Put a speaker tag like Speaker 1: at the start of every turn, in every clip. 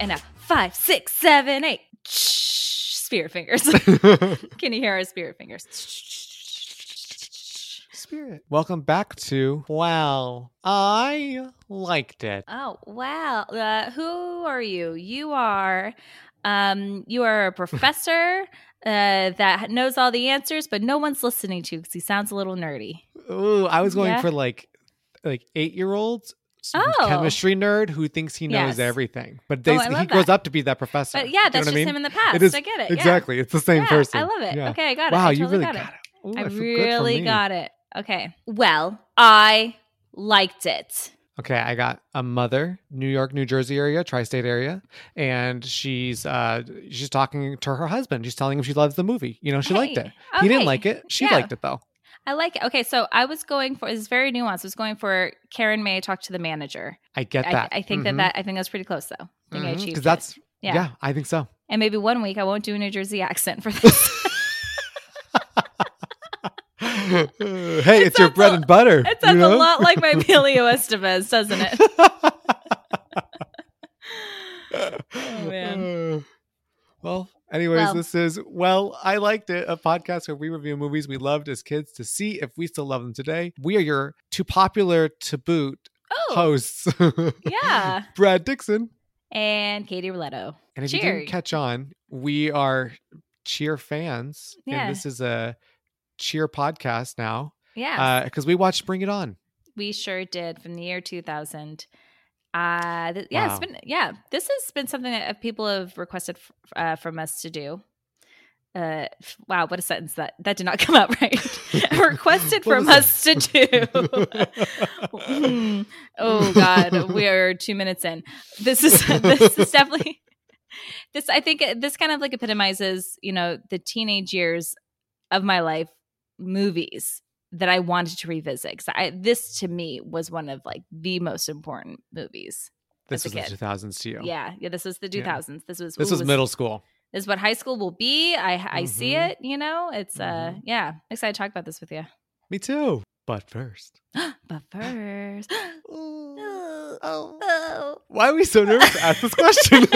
Speaker 1: and a five, six, seven, eight. Spirit fingers. Can you hear our spirit fingers?
Speaker 2: Spirit. Welcome back to Wow. I liked it.
Speaker 1: Oh wow! Uh, who are you? You are, um, you are a professor uh, that knows all the answers, but no one's listening to because he sounds a little nerdy.
Speaker 2: Ooh, I was going
Speaker 1: Yeah.
Speaker 2: for like like eight year olds
Speaker 1: Oh.
Speaker 2: chemistry nerd who thinks he
Speaker 1: Yes.
Speaker 2: knows
Speaker 1: everything.
Speaker 2: everything. But they,
Speaker 1: Oh, I
Speaker 2: he
Speaker 1: love
Speaker 2: grows
Speaker 1: that.
Speaker 2: up to be that professor.
Speaker 1: But yeah,
Speaker 2: You know
Speaker 1: that's
Speaker 2: what
Speaker 1: just
Speaker 2: I mean?
Speaker 1: him in the past.
Speaker 2: It is
Speaker 1: I get it. Yeah.
Speaker 2: exactly. It's the same
Speaker 1: Yeah,
Speaker 2: person.
Speaker 1: I love it.
Speaker 2: Yeah.
Speaker 1: Okay, I got it.
Speaker 2: Wow,
Speaker 1: I
Speaker 2: you
Speaker 1: totally
Speaker 2: really
Speaker 1: got it.
Speaker 2: Ooh,
Speaker 1: I
Speaker 2: I feel good for
Speaker 1: really
Speaker 2: me.
Speaker 1: got it. Okay. Well, I liked it.
Speaker 2: Okay, I got a mother, New York, New Jersey area, tri-state area, and she's uh she's talking to her husband. She's telling him she loves the movie. You know, she liked
Speaker 1: Hey,
Speaker 2: it. He didn't
Speaker 1: okay.
Speaker 2: like it. She
Speaker 1: Yeah.
Speaker 2: liked it though.
Speaker 1: I like it. Okay, so I was going for this is very nuanced. I was going for Karen. May I talk to the manager?
Speaker 2: I get
Speaker 1: I,
Speaker 2: that.
Speaker 1: I think
Speaker 2: Mhm.
Speaker 1: that that I think that's pretty close though. I think I
Speaker 2: Mhm.
Speaker 1: achieved it.
Speaker 2: that's
Speaker 1: Yeah.
Speaker 2: yeah. I think so.
Speaker 1: And maybe one week I won't do a New Jersey accent for this.
Speaker 2: hey, it's your
Speaker 1: sounds
Speaker 2: bread
Speaker 1: a-
Speaker 2: and butter.
Speaker 1: it
Speaker 2: you
Speaker 1: sounds a
Speaker 2: know?
Speaker 1: lot like my Emilio Estevez, doesn't it?
Speaker 2: oh
Speaker 1: man.
Speaker 2: well, anyways,
Speaker 1: Well.
Speaker 2: this is Well, I Liked It, a podcast where we review movies we loved as kids to see if we still love them today. We are your too popular to boot
Speaker 1: Oh,
Speaker 2: hosts.
Speaker 1: yeah.
Speaker 2: Brad Dixon.
Speaker 1: And Katie Roletto.
Speaker 2: And if you
Speaker 1: Cheer.
Speaker 2: didn't catch on, we are cheer fans.
Speaker 1: Yeah.
Speaker 2: And this is a cheer podcast now.
Speaker 1: Yeah,
Speaker 2: Because Uh, we watched Bring It On.
Speaker 1: we sure did from the year 2000. Uh, th- yeah, it's
Speaker 2: Wow.
Speaker 1: been, yeah, this has been something that uh, people have requested f- uh, from us to do. Uh, f- wow, what a sentence that that did not come out right. requested
Speaker 2: What
Speaker 1: from
Speaker 2: was
Speaker 1: us to do. Hmm. oh god we're two minutes in this is this is definitely this i think this kind of like epitomizes you know the teenage years of my life movies that i wanted to revisit because i this to me was one of like the most important movies
Speaker 2: This
Speaker 1: as
Speaker 2: was
Speaker 1: a
Speaker 2: the
Speaker 1: kid.
Speaker 2: 2000s to you.
Speaker 1: yeah yeah this was the
Speaker 2: Yeah.
Speaker 1: 2000s this was
Speaker 2: This
Speaker 1: ooh,
Speaker 2: was middle school.
Speaker 1: this is what high school will be i i see
Speaker 2: Mhm.
Speaker 1: it you know it's uh
Speaker 2: Mhm.
Speaker 1: yeah I'm excited to talk about this with you
Speaker 2: Me too. But first.
Speaker 1: but first
Speaker 2: Oh.
Speaker 1: oh
Speaker 2: Why are we so nervous to ask this question?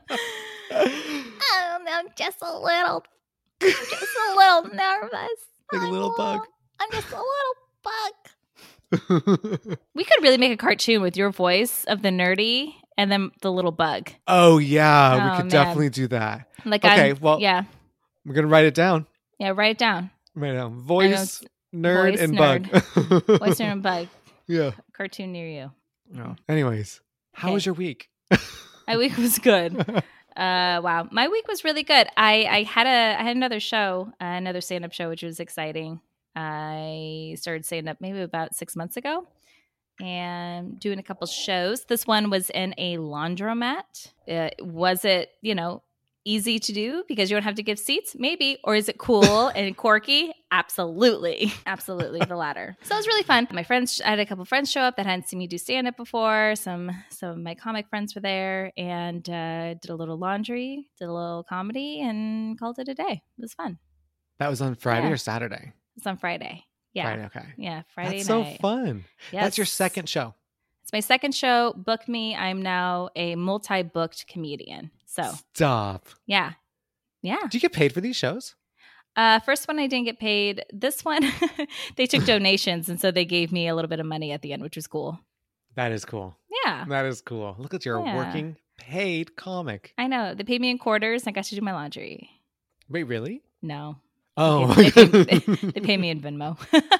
Speaker 1: Oh, Um, I'm just a little, just a little nervous.
Speaker 2: Like a
Speaker 1: I'm
Speaker 2: little bug.
Speaker 1: I'm just a little bug. We could really make a cartoon with your voice of the nerdy and then the little bug.
Speaker 2: oh yeah, we
Speaker 1: Oh,
Speaker 2: could
Speaker 1: man.
Speaker 2: definitely do that.
Speaker 1: Like
Speaker 2: Okay,
Speaker 1: I'm,
Speaker 2: well-
Speaker 1: yeah,
Speaker 2: We're gonna write it down.
Speaker 1: yeah. Write it down.
Speaker 2: Right now. Voice, nerd,
Speaker 1: voice,
Speaker 2: and bug.
Speaker 1: Voice nerd and bug
Speaker 2: Yeah.
Speaker 1: cartoon near you.
Speaker 2: No. Anyways, how
Speaker 1: Okay.
Speaker 2: was your week?
Speaker 1: My week was good. Uh, wow, my week was really good. I I had a I had another show, uh, another stand up show, which was exciting. I started stand up maybe about six months ago, and doing a couple shows. This one was in a laundromat. Uh, was it you know easy to do because you don't have to give seats? Maybe, or is it cool and quirky? Absolutely, absolutely the latter. So it was really fun. My friends, I had a couple friends show up that hadn't seen me do stand up before. Some some of my comic friends were there and uh, did a little laundry, did a little comedy, and called it a day. It was fun.
Speaker 2: That was on Friday
Speaker 1: Yeah.
Speaker 2: or Saturday?
Speaker 1: It's on Friday. Yeah.
Speaker 2: Friday, okay.
Speaker 1: Yeah, Friday
Speaker 2: That's
Speaker 1: night.
Speaker 2: so fun. That's your
Speaker 1: Yes.
Speaker 2: second show.
Speaker 1: It's my second show. Book me. I'm now a multi-booked comedian. So
Speaker 2: Stop.
Speaker 1: yeah, yeah.
Speaker 2: Do you get paid for these shows?
Speaker 1: Uh, first one I didn't get paid. This one they took donations, and so they gave me a little bit of money at the end, which was cool.
Speaker 2: That is cool.
Speaker 1: Yeah,
Speaker 2: That is cool. Look at your
Speaker 1: Uh, Yeah.
Speaker 2: working paid comic.
Speaker 1: I know they paid me in quarters. And I got to do my laundry.
Speaker 2: Wait, really?
Speaker 1: No,
Speaker 2: Oh,
Speaker 1: They pay- they pay me in Venmo.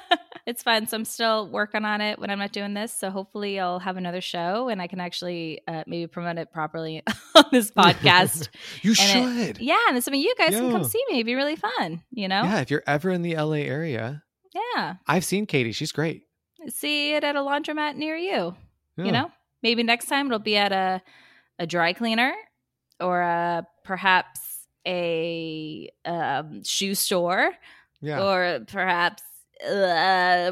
Speaker 1: it's fun. So I'm still working on it when I'm not doing this. So hopefully I'll have another show and I can actually uh, maybe promote it properly on this podcast.
Speaker 2: you
Speaker 1: and
Speaker 2: should.
Speaker 1: yeah, and then some of you guys can come
Speaker 2: Yeah.
Speaker 1: see me. It'd be really fun. You know?
Speaker 2: Yeah, if you're ever in the LA area,
Speaker 1: Yeah.
Speaker 2: I've seen Katie. She's great.
Speaker 1: See it at a laundromat near you.
Speaker 2: Yeah.
Speaker 1: You know? Maybe next time it'll be at a a dry cleaner or a perhaps a um, shoe store
Speaker 2: Yeah.
Speaker 1: or perhaps uh,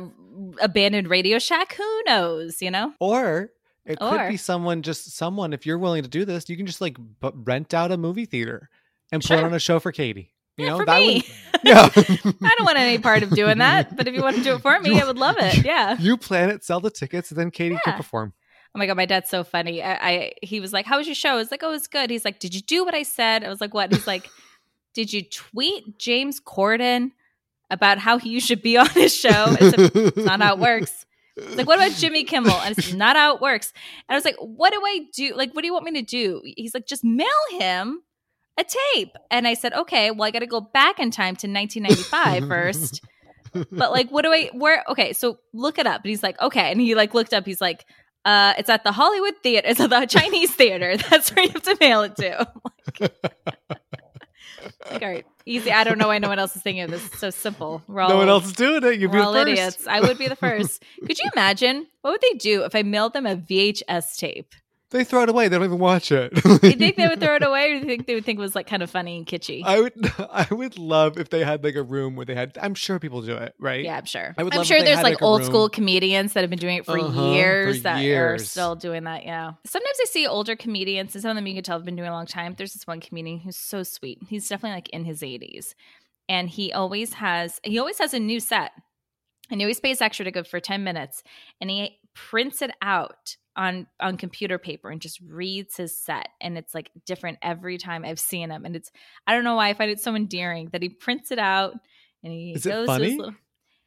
Speaker 1: abandoned Radio Shack. Who knows? You know?
Speaker 2: Or it could
Speaker 1: Or-
Speaker 2: be someone, just someone, if you're willing to do this, you can just like b- rent out a movie theater and put
Speaker 1: Sure.
Speaker 2: on a show for Katie. You
Speaker 1: Yeah,
Speaker 2: know,
Speaker 1: for
Speaker 2: that
Speaker 1: me.
Speaker 2: would. Yeah.
Speaker 1: I don't want any part of doing that, but if you want to do it for me, I would love it. Yeah.
Speaker 2: You plan it, sell the tickets, and then Katie
Speaker 1: Yeah.
Speaker 2: can perform.
Speaker 1: Oh my god, my dad's so funny. I, I he was like, "How was your show?" I was like, "Oh, it's good." He's like, "Did you do what I said?" I was like, "What?" He's like, "Did you tweet James Corden about how you should be on his show?" Oh, It's, a, it's not how it works. It's like, what about Jimmy Kimmel? And it's not how it works. And I was like, "What do I do? Like, what do you want me to do?" He's like, "Just mail him." A tape. And I said, okay, well, I got to go back in time to 1995 first but like what do i where okay so look it up and he's like okay and he like looked up he's like uh it's at the hollywood theater it's at the chinese theater that's where you have to mail it to I'm like, like, all right easy i don't know why no one else is thinking of this it's so simple we're all,
Speaker 2: no one else is doing it. You'd
Speaker 1: we're
Speaker 2: be the
Speaker 1: all
Speaker 2: first.
Speaker 1: idiots i would be the first could you imagine what would they do if i mailed them a vhs tape
Speaker 2: They throw it away. They don't even watch it.
Speaker 1: do you think they would throw it away or do you think they would think it was like kind of funny and kitschy
Speaker 2: I would. I would love if they had like a room where they had. I'm sure people do it, right?
Speaker 1: yeah, I'm sure.
Speaker 2: I would
Speaker 1: I'm
Speaker 2: love if
Speaker 1: sure
Speaker 2: they
Speaker 1: there's
Speaker 2: had,
Speaker 1: like,
Speaker 2: like, a
Speaker 1: old
Speaker 2: room-
Speaker 1: school comedians that have been doing it for
Speaker 2: Uh-huh,
Speaker 1: years
Speaker 2: for
Speaker 1: that are
Speaker 2: years.
Speaker 1: still doing that. Yeah. Sometimes I see older comedians, and some of them you can tell have been doing it a long time. There's this one comedian who's so sweet. He's definitely like in his 80s, and he always has he always has a new set, and he always pays extra to go for 10 minutes, and he prints it out on on computer paper and just reads his set and it's like different every time I've seen him and it's I don't know why I find it so endearing that he prints it out and he
Speaker 2: Is it
Speaker 1: goes to
Speaker 2: funny?
Speaker 1: his little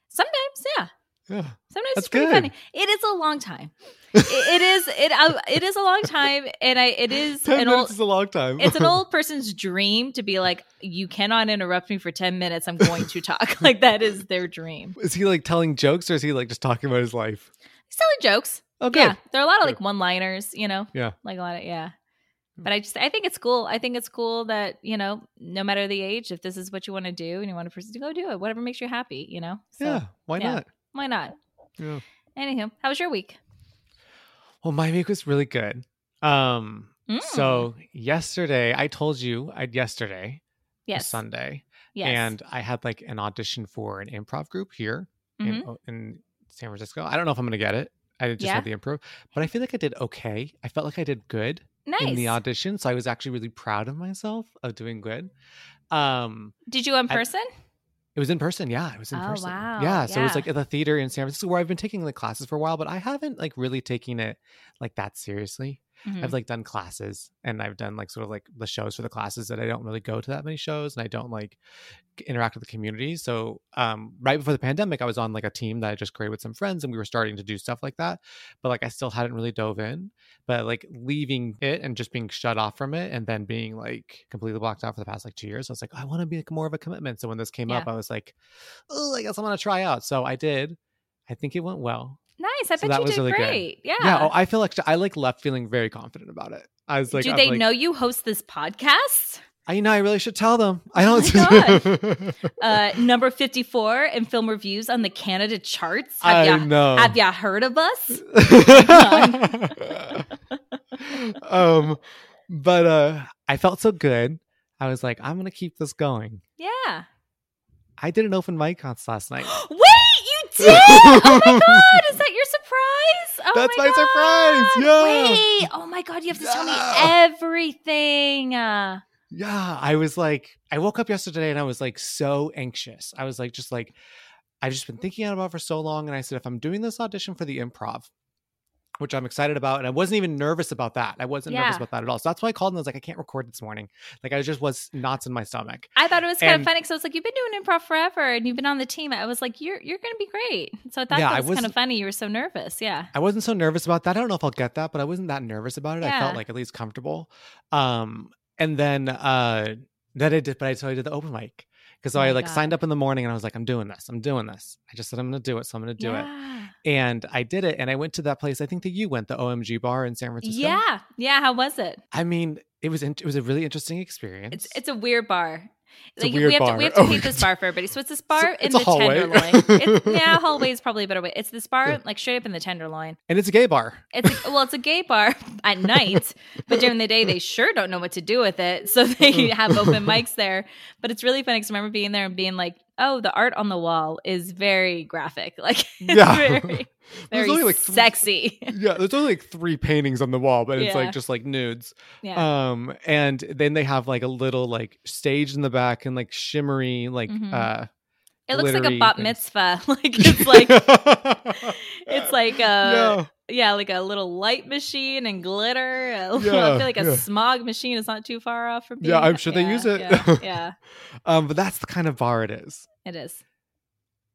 Speaker 1: Sometimes, yeah.
Speaker 2: Yeah.
Speaker 1: Sometimes it's
Speaker 2: That's
Speaker 1: pretty
Speaker 2: good.
Speaker 1: funny. It is a long time. It, it is it uh, it is a long time, and I it is
Speaker 2: Ten
Speaker 1: an
Speaker 2: minutes
Speaker 1: old.
Speaker 2: is a long time.
Speaker 1: It's an old person's dream to be like, you cannot interrupt me for ten minutes. I'm going to talk. Like that is their dream.
Speaker 2: is he like telling jokes or is he like just talking about his life?
Speaker 1: Selling jokes.
Speaker 2: Oh, good.
Speaker 1: Yeah, there are a lot of like
Speaker 2: Good.
Speaker 1: one-liners. You know.
Speaker 2: Yeah. Hmm.
Speaker 1: Like a lot of yeah. But I just I think it's cool. I think it's cool that you know, no matter the age, if this is what you want to do and you want to pursue, go do it. Whatever makes you happy. You know. So,
Speaker 2: yeah. Why
Speaker 1: yeah.
Speaker 2: not?
Speaker 1: Why not?
Speaker 2: Yeah.
Speaker 1: Anywho, how was your week?
Speaker 2: Well, my week was really good. Um.
Speaker 1: Mm.
Speaker 2: So yesterday, I told you I yesterday was
Speaker 1: yes,
Speaker 2: Sunday,
Speaker 1: yes,
Speaker 2: and I had like an audition for an improv group here
Speaker 1: Mhm.
Speaker 2: in, in San Francisco. I don't know if I'm gonna get it. I just
Speaker 1: Yeah.
Speaker 2: had the improv, but I feel like I did okay. I felt like I did good.
Speaker 1: nice.
Speaker 2: in the audition. So I was actually really proud of myself of doing good. Um,
Speaker 1: Did you in
Speaker 2: I-
Speaker 1: person?
Speaker 2: it was in person, yeah. It was in
Speaker 1: Oh,
Speaker 2: person,
Speaker 1: wow,
Speaker 2: yeah. So it
Speaker 1: yeah.
Speaker 2: was like at the theater in San Francisco where I've been taking like classes for a while, but I haven't like really taken it like that seriously.
Speaker 1: Mhm.
Speaker 2: I've like done classes and I've done like sort of like the shows for the classes that I don't really go to that many shows and I don't like interact with the community. So um right before the pandemic I was on like a team that I just created with some friends and we were starting to do stuff like that. But like I still hadn't really dove in. But like leaving it and just being shut off from it and then being like completely blocked out for the past like two years, I was like, I want to be like more of a commitment. So when this came up, I was like, oh, I guess I'm gonna try out. So I did. I think it went well.
Speaker 1: Nice. I
Speaker 2: So
Speaker 1: bet
Speaker 2: that
Speaker 1: you
Speaker 2: was
Speaker 1: did
Speaker 2: really good.
Speaker 1: great. Yeah.
Speaker 2: Yeah. oh, I feel like I like left feeling very confident about it. I was like,
Speaker 1: Do
Speaker 2: I'm
Speaker 1: they
Speaker 2: like,
Speaker 1: know you host this podcast?
Speaker 2: I know. I really should tell them. I
Speaker 1: Oh
Speaker 2: don't.
Speaker 1: Uh, number 54 in film reviews on the Canada charts. Have
Speaker 2: I
Speaker 1: ya
Speaker 2: know. Uh,
Speaker 1: have ya heard of us?
Speaker 2: um, but uh, I felt so good. I was like, I'm gonna keep this going.
Speaker 1: Yeah.
Speaker 2: I did an open mic cons last night.
Speaker 1: Wait, you did! Oh my god, is that your surprise? Oh
Speaker 2: That's
Speaker 1: my,
Speaker 2: my surprise,
Speaker 1: God.
Speaker 2: yeah.
Speaker 1: Wait. Oh my god, you have to tell me
Speaker 2: Yeah.
Speaker 1: everything. Uh,
Speaker 2: Yeah, I was like, I woke up yesterday and I was like so anxious. I was like, just like, I've just been thinking about it for so long. And I said, if I'm doing this audition for the improv, which I'm excited about, and I wasn't even nervous about that. I wasn't nervous
Speaker 1: Yeah.
Speaker 2: about that at all. So that's why I called and I was like, I can't record this morning. Like, I just was knots in my stomach.
Speaker 1: I thought it was kind of
Speaker 2: And-
Speaker 1: funny because I was like, "You've been doing improv forever, and you've been on the team." I was like, "You're you're going to be great." So I thought
Speaker 2: Yeah,
Speaker 1: that was
Speaker 2: I
Speaker 1: kind of
Speaker 2: wasn't-
Speaker 1: funny. You were so nervous. Yeah.
Speaker 2: I wasn't so nervous about that. I don't know if I'll get that, but I wasn't that nervous about it. I
Speaker 1: Yeah.
Speaker 2: felt like at least comfortable. Um, and then uh that I did, but I totally did the open mic. Because
Speaker 1: Oh
Speaker 2: I
Speaker 1: my
Speaker 2: like
Speaker 1: God.
Speaker 2: signed up in the morning and I was like, I'm doing this. I'm doing this. I just said I'm gonna do it, so I'm gonna do it.
Speaker 1: yeah.
Speaker 2: and I did it. And I went to that place. I think that you went, the OMG bar in San Francisco.
Speaker 1: Yeah. Yeah. How was it?
Speaker 2: I mean, it was in, it was a really interesting experience.
Speaker 1: It's it's a weird bar.
Speaker 2: It's a weird
Speaker 1: we have to
Speaker 2: bar.
Speaker 1: we have to
Speaker 2: Oh,
Speaker 1: paint this bar for everybody. So it's this bar in
Speaker 2: it's
Speaker 1: the
Speaker 2: a hallway.
Speaker 1: tenderloin. It's, yeah, hallway is probably a better way. It's this bar
Speaker 2: Yeah.
Speaker 1: like straight up in the tenderloin.
Speaker 2: and it's a gay bar.
Speaker 1: It's a, well, it's a gay bar at night, but during the day they sure don't know what to do with it, so they
Speaker 2: Mm-hmm.
Speaker 1: have open mics there. But it's really funny because I remember being there and being like, "Oh, the art on the wall is very graphic. Like, it's
Speaker 2: Yeah.
Speaker 1: very,
Speaker 2: There's
Speaker 1: very
Speaker 2: only, like, th-
Speaker 1: sexy.
Speaker 2: yeah, there's only like three paintings on the wall, but it's
Speaker 1: Yeah.
Speaker 2: like just like nudes.
Speaker 1: yeah,
Speaker 2: Um, and then they have like a little like stage in the back and like shimmery like
Speaker 1: Mhm.
Speaker 2: uh
Speaker 1: It looks like a
Speaker 2: glittery
Speaker 1: bat
Speaker 2: things.
Speaker 1: mitzvah. Like it's like it's like uh a
Speaker 2: No.
Speaker 1: yeah, like a little light machine and glitter. I feel
Speaker 2: Yeah,
Speaker 1: like a
Speaker 2: yeah.
Speaker 1: smog machine is not too far off from being.
Speaker 2: Yeah, I'm sure they use it.
Speaker 1: Yeah, yeah,
Speaker 2: um, but that's the kind of bar it is.
Speaker 1: it is.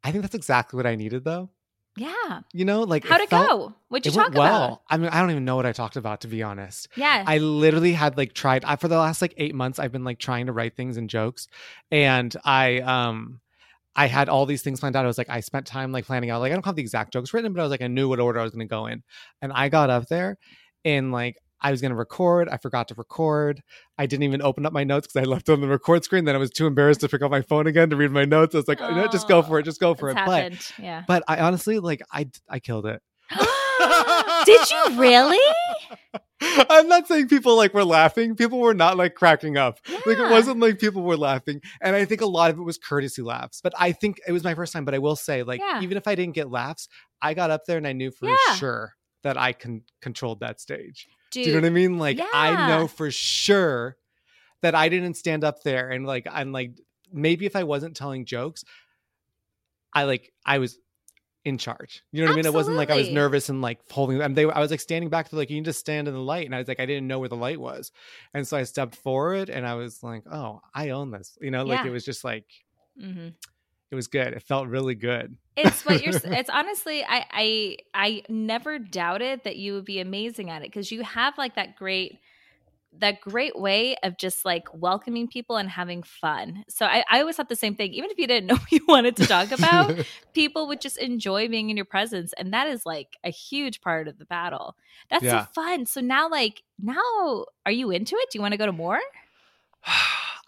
Speaker 2: I think that's exactly what I needed, though.
Speaker 1: Yeah.
Speaker 2: You know, like
Speaker 1: How'd it
Speaker 2: felt-
Speaker 1: go? What'd you
Speaker 2: it
Speaker 1: talk
Speaker 2: went well.
Speaker 1: about?
Speaker 2: I mean, I don't even know what I talked about to be honest.
Speaker 1: Yeah.
Speaker 2: I literally had like tried I, for the last like eight months. I've been like trying to write things and jokes, and I um. I had all these things planned out. I was like, I spent time like planning out. Like, I don't have the exact jokes written, but I was like, I knew what order I was going to go in. And I got up there, and like, I was going to record. I forgot to record. I didn't even open up my notes because I left it on the record screen. Then I was too embarrassed to pick up my phone again to read my notes. I was like, no, just go for it. Just go for
Speaker 1: It's
Speaker 2: it. But
Speaker 1: happened. yeah.
Speaker 2: but I honestly like I I killed it.
Speaker 1: Did you really?
Speaker 2: I'm not saying people like were laughing. People were not like cracking up. Like it
Speaker 1: Yeah.
Speaker 2: wasn't like people were laughing. And I think a lot of it was courtesy laughs. But I think it was my first time. But I will say, like,
Speaker 1: Yeah.
Speaker 2: even if I didn't get laughs, I got up there and I knew for
Speaker 1: Yeah.
Speaker 2: sure that I can controlled that stage.
Speaker 1: Dude,
Speaker 2: Do you know what I mean? Like I
Speaker 1: yeah.
Speaker 2: know for sure that I didn't stand up there and like I'm like maybe if I wasn't telling jokes, I like I was in charge. You know what I mean? It wasn't like I was
Speaker 1: Absolutely.
Speaker 2: nervous and like holding them. They were- I was like standing back to like you need to stand in the light. And I was like, I didn't know where the light was. And so I stepped forward and I was like, oh, I own this. You know, like
Speaker 1: Yeah.
Speaker 2: it was just like
Speaker 1: Mhm.
Speaker 2: Mm-hmm. it was good. It felt really good.
Speaker 1: it's what you're s- it's honestly I I I never doubted that you would be amazing at it cuz you have like that great that great way of just like welcoming people and having fun. So I, I always thought the same thing. Even if you didn't know what you wanted to talk about, people would just enjoy being in your presence. And that is like a huge part of the battle. That's
Speaker 2: Yeah.
Speaker 1: so fun. So now like now are you into it? Do you want to go to more?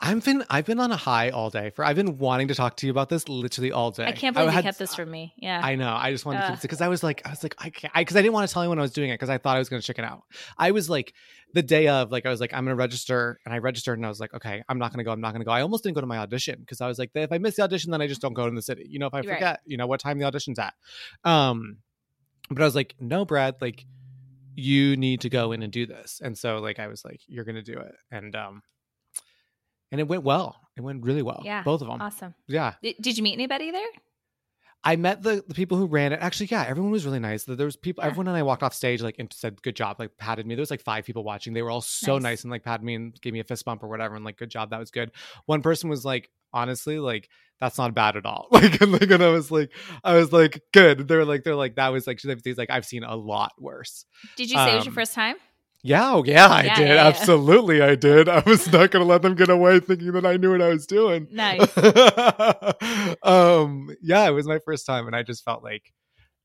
Speaker 2: I've been I've been on a high all day for I've been wanting to talk to you about this literally all day.
Speaker 1: I can't believe you
Speaker 2: had-
Speaker 1: kept this from me. Yeah.
Speaker 2: I know. I just wanted to keep
Speaker 1: Ugh.
Speaker 2: it because I was like, I was like, I can't, because I, didn't want to tell anyone I was doing it because I thought I was going to chicken out. I was like, the day of, like, I was like, I'm going to register, and I registered, and I was like, okay, I'm not going to go, I'm not going to go. I almost didn't go to my audition because I was like, if I miss the audition, then I just don't go in the city. You know, if I
Speaker 1: Right.
Speaker 2: forget, you know, what time the audition's at. Um, but I was like, no, Brad, like, you need to go in and do this. And so, like, I was like, you're going to do it, and um, and it went well. It went really well.
Speaker 1: Yeah.
Speaker 2: both of them.
Speaker 1: awesome.
Speaker 2: Yeah.
Speaker 1: Did, did you meet anybody there?
Speaker 2: I met the, the people who ran it. Actually, yeah, everyone was really nice. There was people.
Speaker 1: Yeah.
Speaker 2: Everyone and I walked off stage like and said good job, like patted me. There was like five people watching. They were all so
Speaker 1: Nice.
Speaker 2: nice. and like patted me and gave me a fist bump or whatever and like good job. That was good. One person was like, honestly, like that's not bad at all. Like and, like and I was like, I was like good. They're like they're like that was like she's like I've seen a lot worse.
Speaker 1: Did you say it was your
Speaker 2: Um,
Speaker 1: first time?
Speaker 2: Yeah, oh, yeah, I
Speaker 1: Yeah,
Speaker 2: did.
Speaker 1: yeah, yeah.
Speaker 2: Absolutely, I did. I was not gonna let them get away thinking that I knew what I was doing.
Speaker 1: Nice.
Speaker 2: um yeah it was my first time and i just felt like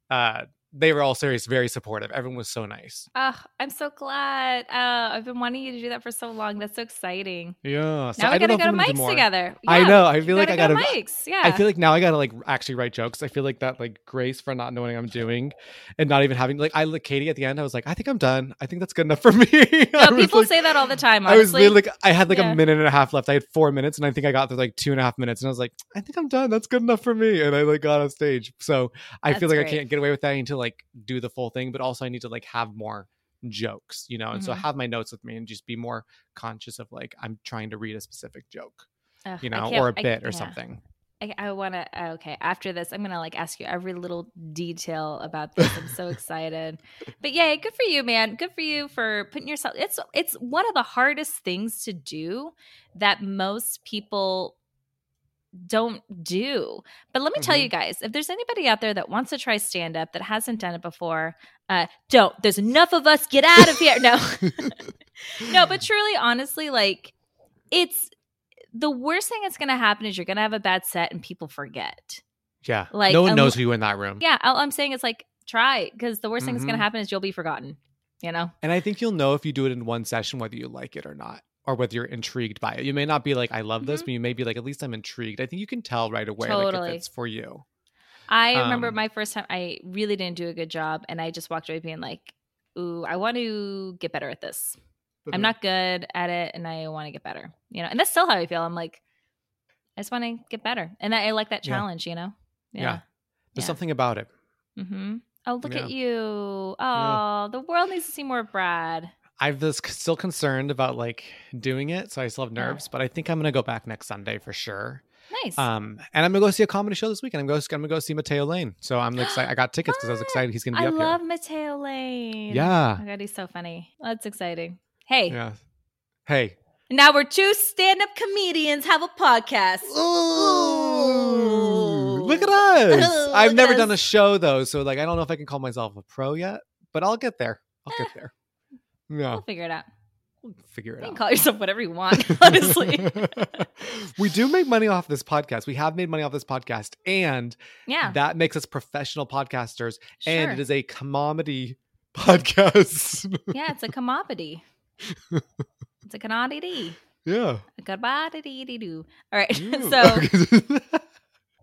Speaker 2: uh they were all serious very supportive everyone was so nice
Speaker 1: Oh, I'm so glad. Uh, I've been wanting you to do that for so long. That's so exciting.
Speaker 2: yeah so
Speaker 1: now
Speaker 2: i
Speaker 1: we
Speaker 2: don't
Speaker 1: gotta go to
Speaker 2: know if I'm gonna do
Speaker 1: Mike's
Speaker 2: more.
Speaker 1: together.
Speaker 2: i
Speaker 1: Yeah,
Speaker 2: know i
Speaker 1: we
Speaker 2: feel like i gotta
Speaker 1: go to Mike's. Yeah.
Speaker 2: i feel like now i gotta like actually write jokes i feel like that like grace for not knowing i'm doing and not even having like i look katie at the end i was like i think i'm done i think that's good enough for me I
Speaker 1: no,
Speaker 2: was
Speaker 1: people
Speaker 2: like-
Speaker 1: say that all the time.
Speaker 2: I was
Speaker 1: Honestly,
Speaker 2: literally like, I had like
Speaker 1: Yeah.
Speaker 2: a minute and a half left. I had four minutes, and I think I got through like two and a half minutes, and I was like, I think I'm done. That's good enough for me. And I like got on stage, so I feel
Speaker 1: That's
Speaker 2: like I
Speaker 1: great.
Speaker 2: can't get away with that. I need to like do the full thing, but also I need to like have more jokes, you know. And so
Speaker 1: Mhm.
Speaker 2: have my notes with me and just be more conscious of like I'm trying to read a specific joke,
Speaker 1: Ugh,
Speaker 2: you
Speaker 1: I
Speaker 2: know,
Speaker 1: can't-
Speaker 2: or a
Speaker 1: I-
Speaker 2: bit or
Speaker 1: yeah.
Speaker 2: something.
Speaker 1: I, I want to. Okay, after this, I'm gonna like ask you every little detail about this. I'm so excited. But yeah, good for you, man. Good for you for putting yourself. It's it's one of the hardest things to do that most people don't do. But let me tell
Speaker 2: Mhm.
Speaker 1: you guys, if there's anybody out there that wants to try stand up that hasn't done it before, uh, don't. There's enough of us. Get out of here. No. no, but truly, honestly, like it's the worst thing that's going to happen is you're going to have a bad set and people forget.
Speaker 2: yeah,
Speaker 1: like,
Speaker 2: no one
Speaker 1: um,
Speaker 2: knows who you in that room.
Speaker 1: Yeah, all I'm saying is like try because the worst thing that's going
Speaker 2: Mhm.
Speaker 1: to happen is you'll be forgotten. You know,
Speaker 2: And I think you'll know if you do it in one session whether you like it or not, or whether you're intrigued by it. You may not be like, I love this,
Speaker 1: Mhm.
Speaker 2: but you may be like, at least I'm intrigued. I think you can tell right away like,
Speaker 1: Totally.
Speaker 2: if it's for you.
Speaker 1: I remember
Speaker 2: Um,
Speaker 1: my first time. I really didn't do a good job, and I just walked away being like, "Ooh, I want to get better at this.
Speaker 2: Mm-hmm.
Speaker 1: I'm not good at it, and I want to get better." You know, and that's still how I feel. I'm like, I just want to get better, and I, I like that
Speaker 2: Yeah.
Speaker 1: challenge. You know,
Speaker 2: Yeah.
Speaker 1: yeah.
Speaker 2: There's something about it.
Speaker 1: Mm-hmm. Oh, look
Speaker 2: Yeah.
Speaker 1: at you. Oh,
Speaker 2: Yeah.
Speaker 1: the world needs to see more of Brad.
Speaker 2: I've this still concerned about like doing it, so I still have
Speaker 1: Yeah.
Speaker 2: nerves, but I think I'm gonna go back next Sunday for sure.
Speaker 1: Nice.
Speaker 2: Um, and I'm gonna go see a comedy show this weekend. I'm gonna go, I'm gonna go see Mateo Lane. So I'm excited. I got tickets because I was excited he's gonna be
Speaker 1: I
Speaker 2: up
Speaker 1: love Mateo Lane.
Speaker 2: here. Yeah,
Speaker 1: Oh my god, he's so funny. That's exciting. Hey,
Speaker 2: yeah. Hey,
Speaker 1: now we're two stand-up comedians have a podcast.
Speaker 2: Ooh, look at
Speaker 1: Ooh,
Speaker 2: us!
Speaker 1: look
Speaker 2: I've
Speaker 1: at
Speaker 2: never
Speaker 1: us.
Speaker 2: done a show though, so like I don't know if I can call myself a pro yet, but I'll get there. I'll get there.
Speaker 1: Eh. We'll
Speaker 2: Yeah,
Speaker 1: figure it out.
Speaker 2: we'll figure it
Speaker 1: You can
Speaker 2: out.
Speaker 1: call yourself whatever you want, honestly.
Speaker 2: we do make money off this podcast. We have made money off this podcast, and
Speaker 1: yeah.
Speaker 2: that makes us professional podcasters.
Speaker 1: Sure.
Speaker 2: And it is a comedy podcast.
Speaker 1: yeah, it's a comopity. it's a canodity.
Speaker 2: yeah.
Speaker 1: A goodbye doo. All right.
Speaker 2: Ooh.
Speaker 1: so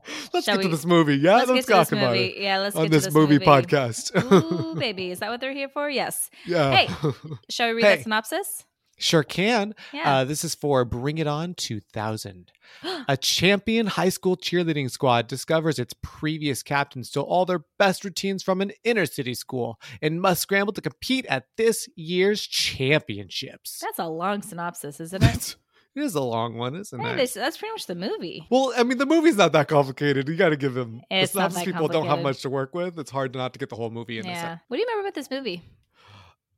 Speaker 2: Okay. let's
Speaker 1: Shall
Speaker 2: get to
Speaker 1: we-
Speaker 2: this movie. Yeah, let's,
Speaker 1: let's, get to
Speaker 2: talk
Speaker 1: this
Speaker 2: about
Speaker 1: movie.
Speaker 2: it
Speaker 1: Yeah, let's
Speaker 2: on
Speaker 1: get to
Speaker 2: this,
Speaker 1: this
Speaker 2: movie, podcast.
Speaker 1: Ooh, baby. Is that what they're here for? Yes.
Speaker 2: yeah.
Speaker 1: Shall we read
Speaker 2: Hey.
Speaker 1: that synopsis?
Speaker 2: Sure can.
Speaker 1: Yeah.
Speaker 2: Uh, this is for Bring It On 2000. A champion high school cheerleading squad discovers its previous captain stole all their best routines from an inner city school and must scramble to compete at this year's championships.
Speaker 1: That's a long synopsis, isn't it?
Speaker 2: That's, it is a long one, isn't
Speaker 1: That
Speaker 2: it?
Speaker 1: is, that's pretty much the movie.
Speaker 2: Well, I mean, the movie's not that complicated. You got to give them. the
Speaker 1: It's not
Speaker 2: synopsis
Speaker 1: that
Speaker 2: people don't have
Speaker 1: complicated.
Speaker 2: much to work with. It's hard not to get the whole movie in.
Speaker 1: Yeah.
Speaker 2: Yeah.
Speaker 1: What do you remember about this movie?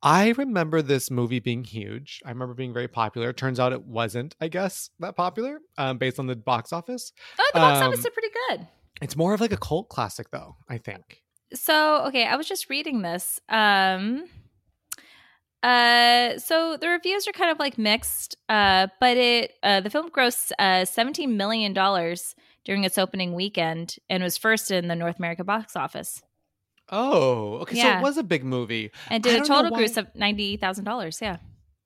Speaker 2: I remember this movie being huge. I remember being very popular. Turns out it wasn't, I guess, that popular um, based on the box office.
Speaker 1: Oh, the box office
Speaker 2: Um,
Speaker 1: did pretty good.
Speaker 2: It's more of like a cult classic, though. I think.
Speaker 1: So, okay, I was just reading this. Um uh so the reviews are kind of like mixed, uh but it uh the film grossed uh 17 million dollars during its opening weekend and was first in the North America box office.
Speaker 2: Oh, okay. So
Speaker 1: Yeah.
Speaker 2: it was a big movie.
Speaker 1: And
Speaker 2: I
Speaker 1: did a
Speaker 2: don't know
Speaker 1: total
Speaker 2: why-
Speaker 1: gross of $90,000, yeah.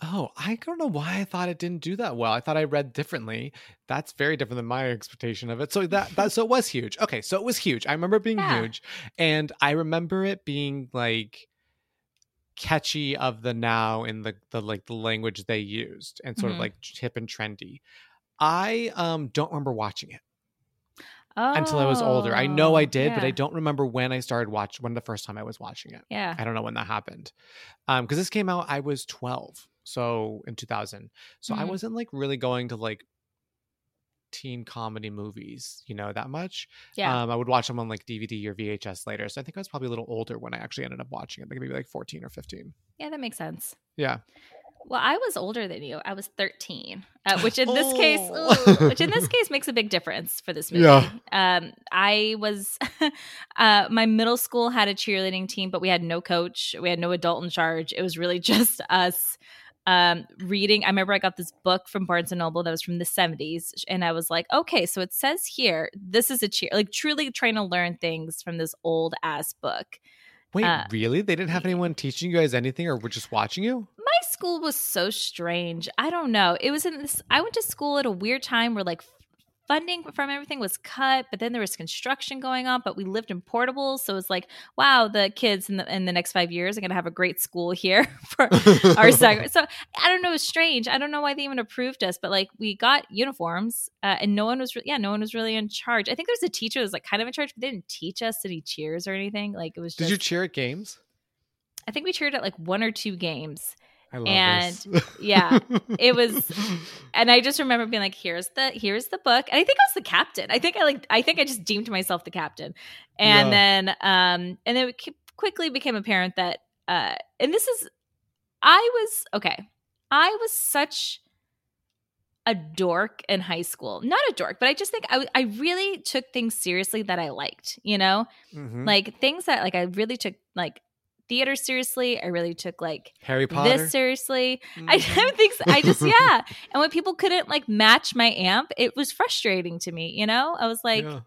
Speaker 2: Oh, I don't know why I thought it didn't do that well. I thought I read differently. That's very different than my expectation of it. So that that so it was huge. Okay, so it was huge. I remember it being
Speaker 1: Yeah.
Speaker 2: huge, and I remember it being like catchy of the now in the the like the language they used and sort
Speaker 1: Mhm.
Speaker 2: of like hip and trendy. I um don't remember watching it
Speaker 1: Oh,
Speaker 2: until I was older. I know I did, but I
Speaker 1: yeah.
Speaker 2: don't remember when I started watch when the first time I was watching it.
Speaker 1: Yeah.
Speaker 2: I don't know when that happened. Um, because this came out, I was 12. So in 2000. So I
Speaker 1: Mhm.
Speaker 2: wasn't like really going to like teen comedy movies, you know, that much.
Speaker 1: Yeah.
Speaker 2: Um, I would watch them on like DVD or VHS later. So I think I was probably a little older when I actually ended up watching it, like maybe like 14 or 15.
Speaker 1: yeah, that makes sense.
Speaker 2: Yeah.
Speaker 1: Well, I was older than you. I was 13, uh, which in this case,
Speaker 2: Oh.
Speaker 1: ooh, which in this case makes a big difference for this movie.
Speaker 2: Yeah.
Speaker 1: Um, I was, uh, my middle school had a cheerleading team, but we had no coach. We had no adult in charge. It was really just us um, reading. I remember I got this book from Barnes and Noble that was from the 70s, and I was like, okay, so it says here, this is a cheer, like truly trying to learn things from this old ass book.
Speaker 2: Wait,
Speaker 1: Uh,
Speaker 2: really? They didn't have anyone teaching you guys anything or were just watching you?
Speaker 1: my school was so strange. I don't know. It was in this. I went to school at a weird time where like funding from everything was cut, but then there was construction going on. But we lived in portables, so it's like, wow, the kids in the in the next five years are going to have a great school here for our second. So I don't know. It's strange. I don't know why they even approved us, but like we got uniforms, uh, and no one was re- yeah, no one was really in charge. I think there was a teacher that was like kind of in charge, but they didn't teach us any cheers or anything. Like it was
Speaker 2: Did
Speaker 1: just.
Speaker 2: you cheer at games?
Speaker 1: I think we cheered at like one or two games.
Speaker 2: I love
Speaker 1: And-
Speaker 2: this.
Speaker 1: Yeah. It was and I just remember being like, "Here's the here's the book," and I think I was the captain. I think I like I think I just deemed myself the captain, and
Speaker 2: Yeah.
Speaker 1: then um and then it ki- quickly became apparent that uh and this is I was okay. I was such a dork in high school. Not a dork, but I just think I I really took things seriously that I liked. You know,
Speaker 2: Mhm.
Speaker 1: like things that like I really took like theater seriously. I really took like
Speaker 2: Harry Potter.
Speaker 1: this seriously. I
Speaker 2: Mhm.
Speaker 1: don't think so. I just yeah. And when people couldn't like match my amp, it was frustrating to me, you know? I was like,
Speaker 2: Yeah.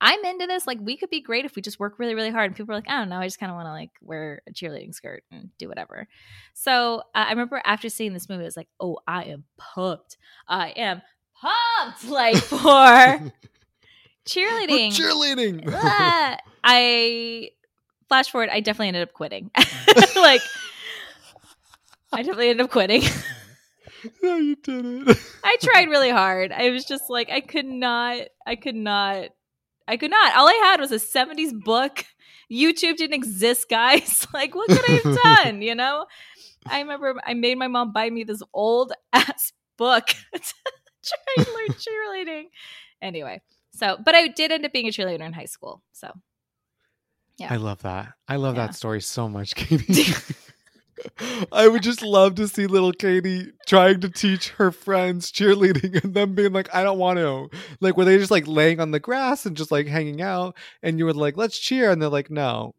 Speaker 1: I'm into this. Like we could be great if we just work really, really hard. And people were like, I don't know, I just kinda wanna like wear a cheerleading skirt and do whatever. So uh, I remember after seeing this movie, I was like, oh, I am pumped. I am pumped like for
Speaker 2: We're
Speaker 1: cheerleading.
Speaker 2: cheerleading.
Speaker 1: Ah. I flash forward, I definitely ended up quitting. like I definitely ended up quitting.
Speaker 2: no, you did it.
Speaker 1: I tried really hard. I was just like, I could not, I could not, I could not. All I had was a 70s book. YouTube didn't exist, guys. Like, what could I have done? You know? I remember I made my mom buy me this old ass book trying to learn cheerleading. Anyway, so but I did end up being a cheerleader in high school. So Yeah.
Speaker 2: I love that. I love
Speaker 1: Yeah.
Speaker 2: that story so much, Katie. I would just love to see little Katie trying to teach her friends cheerleading and them being like, I don't want to. Like, were they just like laying on the grass and just like hanging out? And you were like, let's cheer. And they're like, no.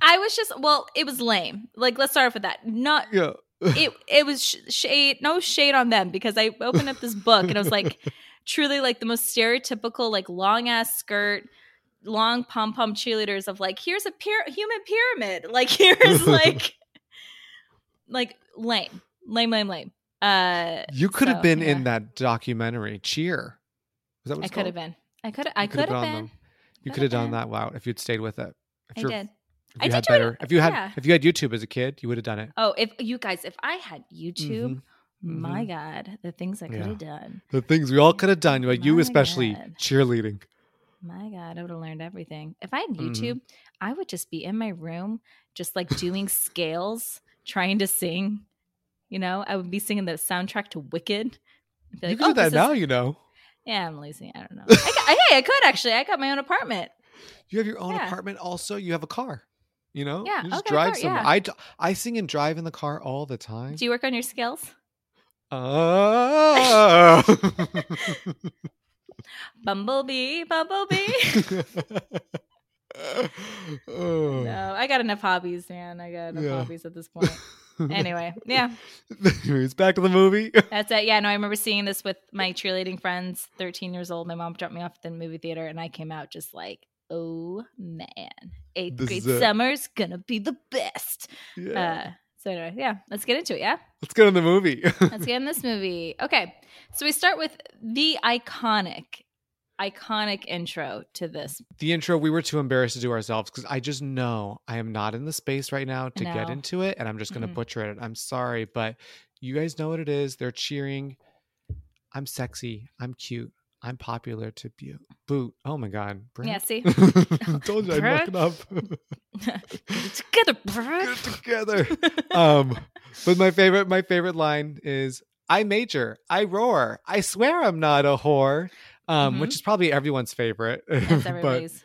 Speaker 1: I was just well, it was lame. Like let's start off with that. Not
Speaker 2: yeah.
Speaker 1: it it was sh- shade no shade on them because i opened up this book and i was like truly like the most stereotypical like long ass skirt long pom pom cheerleaders of like here's a pyra- human pyramid like here's like like lame lame lame lame uh
Speaker 2: You could
Speaker 1: So,
Speaker 2: have been
Speaker 1: yeah.
Speaker 2: in that documentary, Cheer. Was that
Speaker 1: i
Speaker 2: what it's
Speaker 1: could have
Speaker 2: called?
Speaker 1: been i could i
Speaker 2: You
Speaker 1: could have
Speaker 2: gone
Speaker 1: been
Speaker 2: them. You
Speaker 1: Could
Speaker 2: could have
Speaker 1: have
Speaker 2: done
Speaker 1: been.
Speaker 2: that. Wow. If you'd stayed with it. If
Speaker 1: i
Speaker 2: you're-
Speaker 1: did
Speaker 2: If
Speaker 1: I
Speaker 2: you
Speaker 1: did
Speaker 2: had
Speaker 1: try to-
Speaker 2: better, if you had,
Speaker 1: yeah.
Speaker 2: if you had YouTube as a kid, you would have done it.
Speaker 1: oh if you guys if i had youtube
Speaker 2: Mhm.
Speaker 1: my god the things i could
Speaker 2: Yeah.
Speaker 1: have done
Speaker 2: The things we all could have done, but you
Speaker 1: My
Speaker 2: especially
Speaker 1: God.
Speaker 2: cheerleading.
Speaker 1: My God, I would have learned everything. If I had
Speaker 2: Mhm.
Speaker 1: YouTube, I would just be in my room, just like doing scales, trying to sing. You know, I would be singing the soundtrack to Wicked. I'd be "Oh,
Speaker 2: you can do
Speaker 1: this
Speaker 2: that
Speaker 1: is-
Speaker 2: now, you know.
Speaker 1: Yeah, I'm losing. I don't know. I, ca- I- hey, I could actually. I got my own apartment.
Speaker 2: You have your own
Speaker 1: Yeah.
Speaker 2: apartment. Also, you have a car. You know,
Speaker 1: Yeah,
Speaker 2: you just
Speaker 1: okay,
Speaker 2: drive
Speaker 1: car,
Speaker 2: somewhere.
Speaker 1: yeah.
Speaker 2: I d- I sing and drive in the car all the time.
Speaker 1: Do you work on your skills?
Speaker 2: Oh.
Speaker 1: Bumblebee, bumblebee.
Speaker 2: Oh.
Speaker 1: no, I got enough hobbies, man. I got enough
Speaker 2: Yeah.
Speaker 1: hobbies at this point. Anyway, yeah.
Speaker 2: Anyways, back to the movie.
Speaker 1: That's it. Yeah, no, I remember seeing this with my cheerleading friends, 13 years old. My mom dropped me off at the movie theater, and I came out just like, oh man, eighth
Speaker 2: This
Speaker 1: grade
Speaker 2: is it.
Speaker 1: summer's gonna be the best.
Speaker 2: Yeah.
Speaker 1: Uh, so, anyway, yeah, let's get into it. Yeah,
Speaker 2: Let's get in the movie.
Speaker 1: let's get in this movie. Okay, so we start with the iconic, iconic intro to this.
Speaker 2: the intro we were too embarrassed to do ourselves because I just know I am not in the space right now to get
Speaker 1: No.
Speaker 2: into it, and I'm just going to
Speaker 1: Mhm.
Speaker 2: butcher it. I'm sorry, but you guys know what it is. They're cheering. I'm sexy. I'm cute. I'm popular to bu- boot. Oh my god, Brent.
Speaker 1: Yeah, see?
Speaker 2: Told you I'd
Speaker 1: Brent.
Speaker 2: look it up.
Speaker 1: Together,
Speaker 2: Get
Speaker 1: brr.
Speaker 2: it together. Um, but my favorite, my favorite line is, "I major. I roar. I swear I'm not a whore." Um,
Speaker 1: Mhm.
Speaker 2: which is probably everyone's favorite.
Speaker 1: That's
Speaker 2: but
Speaker 1: everybody's.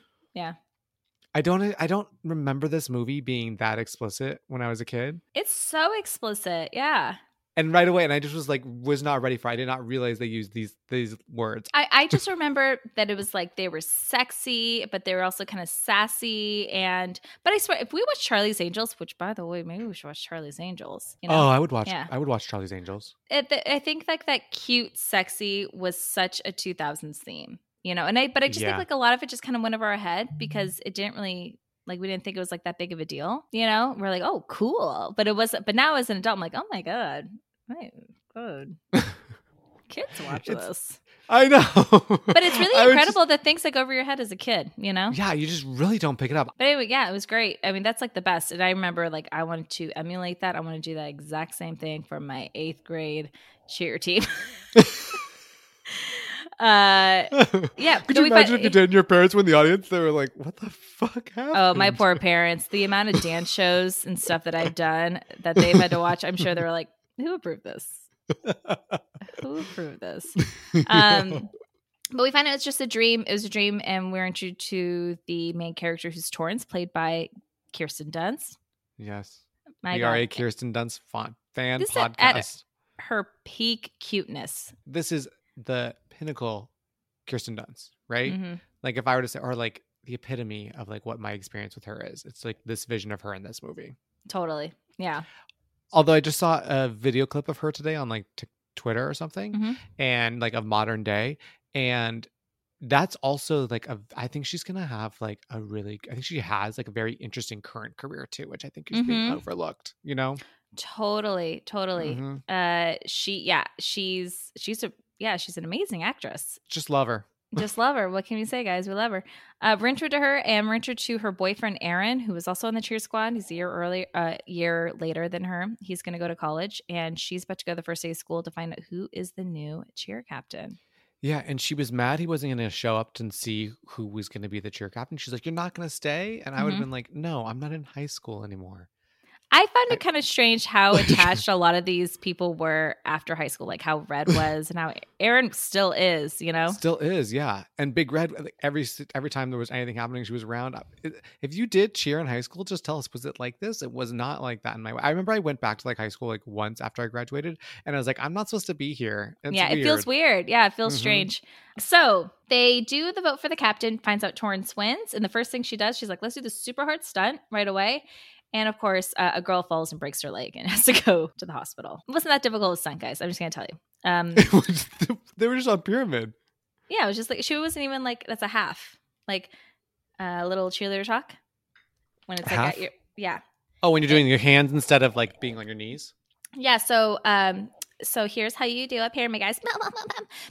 Speaker 2: I don't I don't remember this movie being that explicit when I was a kid.
Speaker 1: It's so explicit. Yeah.
Speaker 2: And right away, and I just was like, was not ready for. it. I did not realize they used these these words.
Speaker 1: I, I just remember that it was like they were sexy, but they were also kind of sassy. And but I swear, if we watch Charlie's Angels, which by the way, maybe we should watch Charlie's Angels. You
Speaker 2: oh,
Speaker 1: know,
Speaker 2: I would watch.
Speaker 1: yeah.
Speaker 2: I would watch Charlie's Angels.
Speaker 1: it, th- I think like that cute, sexy was such a 2000s theme. You know, and I but I just
Speaker 2: Yeah.
Speaker 1: think like a lot of it just kind of went over our head because it didn't really like we didn't think it was like that big of a deal. You know, we're like, oh, cool, but it was. But now as an adult, I'm like, oh my god, my god, kids watch
Speaker 2: It's-
Speaker 1: this.
Speaker 2: I know,
Speaker 1: But it's really
Speaker 2: I would
Speaker 1: incredible that things like over your head as a kid, you know?
Speaker 2: just- yeah, you just really don't pick it up.
Speaker 1: But anyway, yeah, it was great. I mean, that's like the best. And I remember like I wanted to emulate that. I want to do that exact same thing for my eighth grade cheer team. uh yeah,
Speaker 2: Could
Speaker 1: so we
Speaker 2: you
Speaker 1: e fi-
Speaker 2: imagine if you did? And your parents were in the audience. They were like, "What the fuck happened?"
Speaker 1: Oh, my poor parents. The amount of dance shows and stuff that I've done that they've had to watch, I'm sure they were like, who approved this? Who approved this? Um, but we find out it's just a dream. It was a dream, and we're introduced to the main character, who's Torrance, played by Kirsten Dunst.
Speaker 2: yes,
Speaker 1: My
Speaker 2: we are a
Speaker 1: God.
Speaker 2: Kirsten Dunst fan, fan
Speaker 1: This uh, is at-
Speaker 2: podcast.
Speaker 1: her peak cuteness.
Speaker 2: this is the pinnacle, Kirsten Dunst, right?
Speaker 1: Mhm.
Speaker 2: like if I were to say, or like the epitome of like what my experience with her is. It's like this vision of her in this movie.
Speaker 1: Totally. Yeah.
Speaker 2: Although I just saw a video clip of her today on like t- Twitter or something,
Speaker 1: Mhm.
Speaker 2: and like of modern day, and that's also like a. I think she's gonna have like a really. I think she has like a very interesting current career too, which I think is being
Speaker 1: Mhm.
Speaker 2: overlooked. You know,
Speaker 1: Totally. Totally.
Speaker 2: Mhm.
Speaker 1: Uh she yeah, she's she's a yeah, she's an amazing actress.
Speaker 2: just love her.
Speaker 1: Just love her. What can we say, guys? We love her. Uh, we're introduced to her, and we're introduced to her boyfriend Aaron, who was also in the cheer squad. He's a year earlier, uh, year later than her. He's going to go to college, and she's about to go the first day of school to find out who is the new cheer captain.
Speaker 2: Yeah, and she was mad he wasn't going to show up and see who was going to be the cheer captain. She's like, "You're not going to stay," and I would
Speaker 1: Mhm.
Speaker 2: have been like, "No, I'm not in high school anymore."
Speaker 1: I found it kind of strange how attached a lot of these people were after high school, like how Red was and how Aaron still is, you know?
Speaker 2: Still is, yeah. And Big Red, uh, like, every every time there was anything happening, she was around. uh, If you did cheer in high school, just tell us, was it like this? It was not like that in my. I remember I went back to like high school like once after I graduated, and I was like, I'm not supposed to be here. It's
Speaker 1: yeah, it
Speaker 2: weird.
Speaker 1: feels weird. Yeah, it feels
Speaker 2: Mhm.
Speaker 1: strange. So they do the vote for the captain, finds out Torrance wins. And the first thing she does, she's like, let's do the super hard stunt right away. And of course, uh, a girl falls and breaks her leg and has to go to the hospital. It wasn't that difficult of a stunt, guys. I'm just going to tell you. Um,
Speaker 2: It was- they were just on pyramid.
Speaker 1: yeah, it was just like, she wasn't even like, that's a half, like a little cheerleader talk. When it's like,
Speaker 2: Half?
Speaker 1: at your, yeah.
Speaker 2: Oh, when you're doing your hands instead of like being on your knees.
Speaker 1: Yeah. So, um, so here's how you do a pyramid, guys.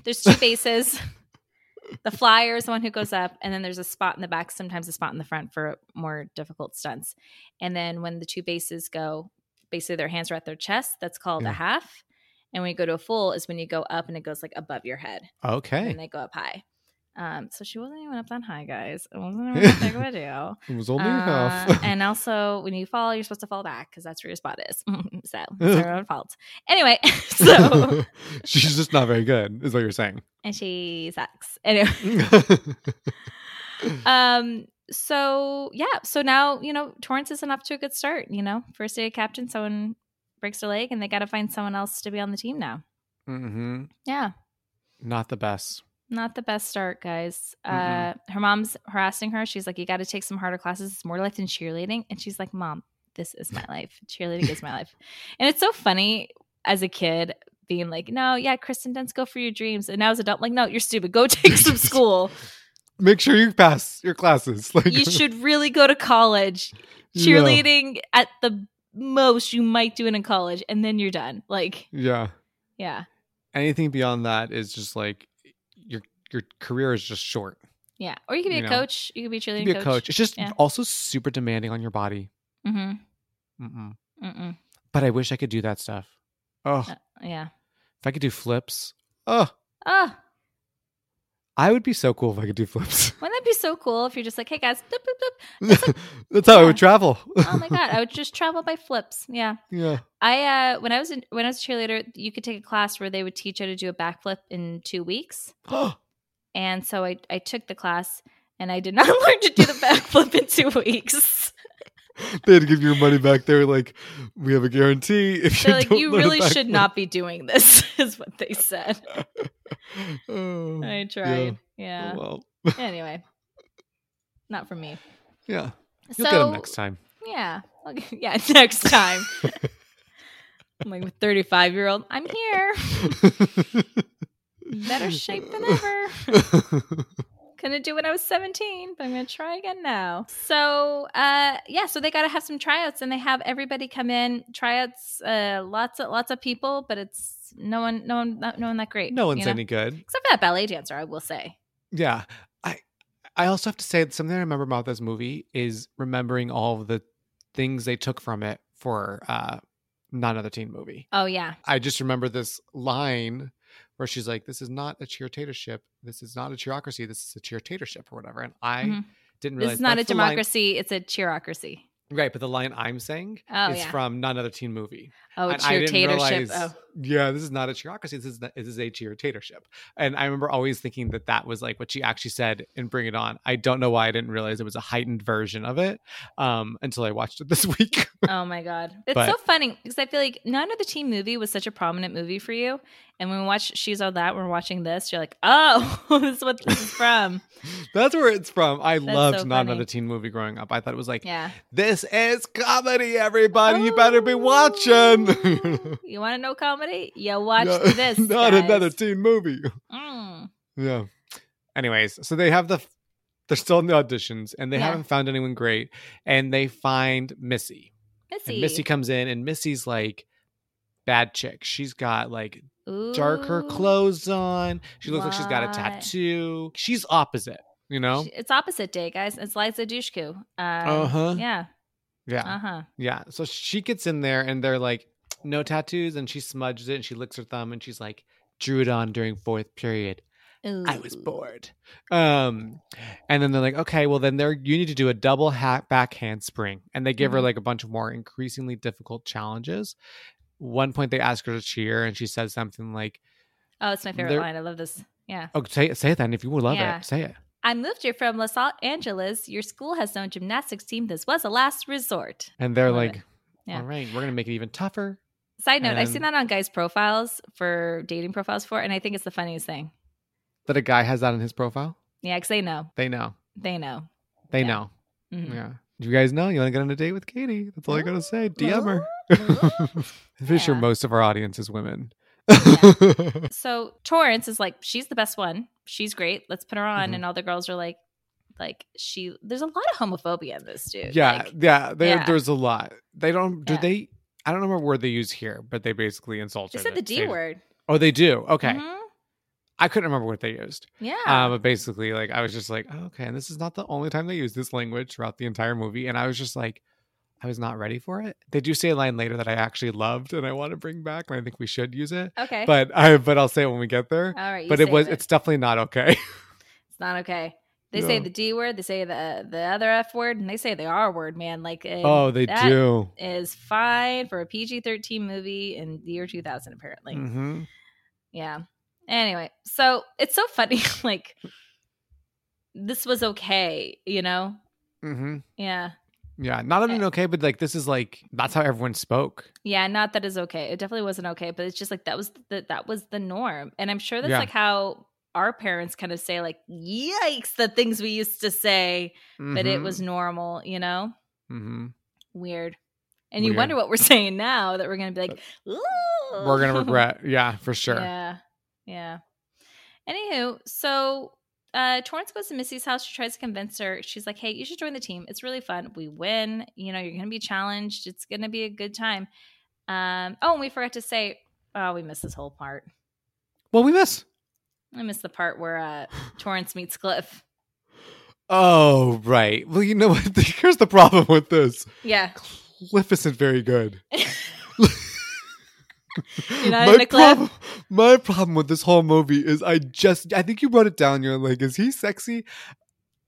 Speaker 1: There's two bases. the flyer is the one who goes up, and then there's a spot in the back, sometimes a spot in the front for more difficult stunts. And then when the two bases go, basically their hands are at their chest. That's called
Speaker 2: Yeah.
Speaker 1: a half. And when you go to a full, is when you go up and it goes like above your head,
Speaker 2: Okay,
Speaker 1: and they go up high. Um, so she wasn't even up that high, guys. It wasn't even that big of a deal.
Speaker 2: it was only
Speaker 1: Uh,
Speaker 2: half.
Speaker 1: and also, when you fall, you're supposed to fall back because that's where your spot is. so it's her own fault. Anyway, so
Speaker 2: she's just not very good, is what you're saying.
Speaker 1: and she sucks. Anyway,
Speaker 2: Mm-hmm.
Speaker 1: um, so yeah, so now you know Torrance isn't off to a good start. You know, first day of captain, someone breaks their leg, and they got to find someone else to be on the team now.
Speaker 2: mm-hmm.
Speaker 1: Yeah,
Speaker 2: Not the best.
Speaker 1: not the best start, guys. Uh,
Speaker 2: Mm-mm.
Speaker 1: her mom's harassing her. She's like, "You got to take some harder classes. It's more life than cheerleading." And she's like, "Mom, this is my life. Cheerleading is my life." And it's so funny as a kid being like, "No, yeah, Kristen Dunst, go for your dreams." And now as an adult, I'm like, "No, you're stupid. Go take some school.
Speaker 2: Make sure you pass your classes. Like
Speaker 1: You should really go to college.
Speaker 2: no.
Speaker 1: Cheerleading at the most you might do it in college, and then you're done." Like,
Speaker 2: Yeah.
Speaker 1: yeah,
Speaker 2: Anything beyond that is just like your your career is just short.
Speaker 1: yeah. Or you could be
Speaker 2: You
Speaker 1: a
Speaker 2: know,
Speaker 1: coach. You could be a cheerleading
Speaker 2: You be a coach. It's just
Speaker 1: Yeah.
Speaker 2: also super demanding on your body.
Speaker 1: hmm
Speaker 2: Mm-mm.
Speaker 1: Mm-mm.
Speaker 2: But I wish I could do that stuff. Oh,
Speaker 1: Uh, Yeah.
Speaker 2: if I could do flips. Oh,
Speaker 1: Oh.
Speaker 2: I would be so cool if I could do flips.
Speaker 1: Wouldn't that be so cool if you're just like, hey guys, bloop, bloop,
Speaker 2: That's how I
Speaker 1: Yeah.
Speaker 2: would travel.
Speaker 1: bloop. oh my god, I would just travel by flips. Yeah,
Speaker 2: yeah.
Speaker 1: I uh, when I was in, when I was a cheerleader, you could take a class where they would teach you to do a backflip in two weeks, and so I I took the class and I did not learn to do the backflip in two weeks.
Speaker 2: they had to give your money back. They were like, "We have a guarantee." If
Speaker 1: They're like,
Speaker 2: don't
Speaker 1: you
Speaker 2: learn
Speaker 1: really
Speaker 2: back
Speaker 1: should
Speaker 2: flip."
Speaker 1: not be doing this, is what they said.
Speaker 2: Oh,
Speaker 1: I
Speaker 2: yeah.
Speaker 1: tried.
Speaker 2: Oh,
Speaker 1: Yeah.
Speaker 2: Well,
Speaker 1: Anyway, not for me.
Speaker 2: yeah.
Speaker 1: so
Speaker 2: You'll get 'em next time.
Speaker 1: Yeah. Okay. Yeah, next time. I'm like a 35 year old. I'm here. Better shape than ever. Couldn't do when I was 17, but I'm going to try again now. So, uh, yeah, so they got to have some tryouts and they have everybody come in. Tryouts, uh, lots of lots of people, but it's no one, no one, not, no one that great.
Speaker 2: no one's
Speaker 1: you know?
Speaker 2: any good.
Speaker 1: Except for that ballet dancer, I will say.
Speaker 2: Yeah. I I also have to say that something I remember about this movie is remembering all of the things they took from it for uh not another teen movie.
Speaker 1: Oh, yeah.
Speaker 2: I just remember this line where she's like, "This is not a cheertatorship. This is not a cheerocracy. This is a cheertatorship or whatever." And I
Speaker 1: Mhm.
Speaker 2: didn't realize
Speaker 1: This is not a
Speaker 2: that's the line-
Speaker 1: democracy, it's a cheerocracy.
Speaker 2: right, but the line I'm saying
Speaker 1: Oh,
Speaker 2: is
Speaker 1: yeah.
Speaker 2: from not another teen movie.
Speaker 1: Oh,
Speaker 2: And I didn't
Speaker 1: cheertatorship.
Speaker 2: realize-
Speaker 1: Oh,
Speaker 2: Yeah, this is not a cheerocracy. This is not, this is a cheertatorship. And I remember always thinking that that was like what she actually said in Bring It On. I don't know why I didn't realize it was a heightened version of it um, until I watched it this week.
Speaker 1: oh my god it's
Speaker 2: But-
Speaker 1: so funny because i feel like none of the teen movie was such a prominent movie for you and when we watch she's all that we're watching this you're like oh this is what this is from
Speaker 2: That's where it's from. I
Speaker 1: That's
Speaker 2: loved
Speaker 1: so
Speaker 2: not
Speaker 1: funny.
Speaker 2: another teen movie growing up. I thought it was like
Speaker 1: yeah
Speaker 2: this is comedy, everybody. You better be watching.
Speaker 1: Oh, you want to know comedy yeah watch
Speaker 2: No-
Speaker 1: this
Speaker 2: not
Speaker 1: guys.
Speaker 2: another teen movie.
Speaker 1: Mm.
Speaker 2: Yeah. Anyways, so they have the they're still in the auditions and they
Speaker 1: Yeah.
Speaker 2: haven't found anyone great and they find Missy.
Speaker 1: missy
Speaker 2: And Missy comes in and Missy's like bad chick. She's got like
Speaker 1: Ooh.
Speaker 2: darker clothes on. She looks like she's got a
Speaker 1: Why?
Speaker 2: tattoo. She's opposite, you know?
Speaker 1: She- it's opposite day guys it's liza dushku um,
Speaker 2: Uh-huh.
Speaker 1: yeah
Speaker 2: yeah.
Speaker 1: uh-huh
Speaker 2: Yeah. So she gets in there and they're like, no tattoos. And she smudges it and she licks her thumb and she's like, drew it on during fourth period. I was bored. Um, and then they're like, okay, well then there you need to do a double hack back handspring, and they give her
Speaker 1: Mhm.
Speaker 2: like a bunch of more increasingly difficult challenges. One point they ask her to cheer, and she says something like,
Speaker 1: Oh, it's my favorite
Speaker 2: There-
Speaker 1: line. I love this. Yeah.
Speaker 2: "Oh, say it, say it then if you would love
Speaker 1: Yeah.
Speaker 2: it, say it."
Speaker 1: I moved here from Los Angeles. Your school has no gymnastics team. This was a last resort.
Speaker 2: And they're
Speaker 1: Love
Speaker 2: like,
Speaker 1: it. Yeah.
Speaker 2: "All right, we're gonna make it even tougher."
Speaker 1: Side note, I've seen
Speaker 2: And-
Speaker 1: that on guys' profiles for dating profiles for, and I think it's the funniest thing.
Speaker 2: That a guy has that in his profile.
Speaker 1: Yeah, because they know.
Speaker 2: They know.
Speaker 1: They know.
Speaker 2: They
Speaker 1: Yeah.
Speaker 2: know.
Speaker 1: Mhm.
Speaker 2: Yeah. Do you guys know you want to get on a date with Katie? That's all I gotta say. DM her. I'm pretty sure
Speaker 1: Oh. Yeah.
Speaker 2: most of our audience is women.
Speaker 1: So Torrance is like, she's the best one. She's great. Let's put her on.
Speaker 2: Mhm.
Speaker 1: And all the girls are like, like she there's a lot of homophobia in this dude.
Speaker 2: Yeah,
Speaker 1: Like,
Speaker 2: yeah, there,
Speaker 1: yeah.
Speaker 2: There's a lot. They don't. Do
Speaker 1: Yeah.
Speaker 2: they? I don't remember where they use here, but they basically insult.
Speaker 1: they
Speaker 2: her
Speaker 1: said
Speaker 2: that
Speaker 1: the D
Speaker 2: they-
Speaker 1: word.
Speaker 2: Oh, they do. Okay,
Speaker 1: Mhm.
Speaker 2: I couldn't remember what they used.
Speaker 1: Yeah.
Speaker 2: Um, but basically, like I was just like, oh, okay, and this is not the only time they use this language throughout the entire movie, and I was just like, I was not ready for it. They do say a line later that I actually loved, and I want to bring back, and I think we should use it.
Speaker 1: okay.
Speaker 2: But I, but I'll say it when we get there.
Speaker 1: all right. you
Speaker 2: but it
Speaker 1: save
Speaker 2: was, it's definitely not okay.
Speaker 1: It's not okay. They say
Speaker 2: No.
Speaker 1: the D word, they say the the other F word, and they say the R word, man. Like and
Speaker 2: oh, they
Speaker 1: that
Speaker 2: do.
Speaker 1: is fine for a PG thirteen movie in the year two thousand, apparently.
Speaker 2: hmm
Speaker 1: Yeah. Anyway, so it's so funny, like this was okay, you know?
Speaker 2: hmm
Speaker 1: Yeah.
Speaker 2: Yeah, not even
Speaker 1: Eh.
Speaker 2: okay, but like this is like that's how everyone spoke.
Speaker 1: Yeah, not that is okay. It definitely wasn't okay, but it's just like that was the that was the norm. And I'm sure that's
Speaker 2: Yeah.
Speaker 1: like how our parents kind of say like yikes the things we used to say, but it
Speaker 2: Mhm.
Speaker 1: was normal, you know?
Speaker 2: Mm-hmm.
Speaker 1: Weird. And you
Speaker 2: Weird.
Speaker 1: wonder what we're saying now that we're going to be like, Ooh.
Speaker 2: We're gonna regret, yeah, for sure.
Speaker 1: Yeah. Yeah. Anywho, so uh, Torrance goes to Missy's house. She tries to convince her. She's like, hey, you should join the team. It's really fun. We win. You know, you're going to be challenged. It's going to be a good time. Um, oh, and we forgot to say, oh, we missed this whole part.
Speaker 2: Well, we miss.
Speaker 1: I missed the part where uh, Torrance meets Cliff.
Speaker 2: Oh, right. Well, you know what? Here's the problem with this.
Speaker 1: Yeah.
Speaker 2: Cliff isn't very good.
Speaker 1: not into Cliff?
Speaker 2: problem, my problem with this whole movie is I just I think you wrote it down. You're like, is he sexy?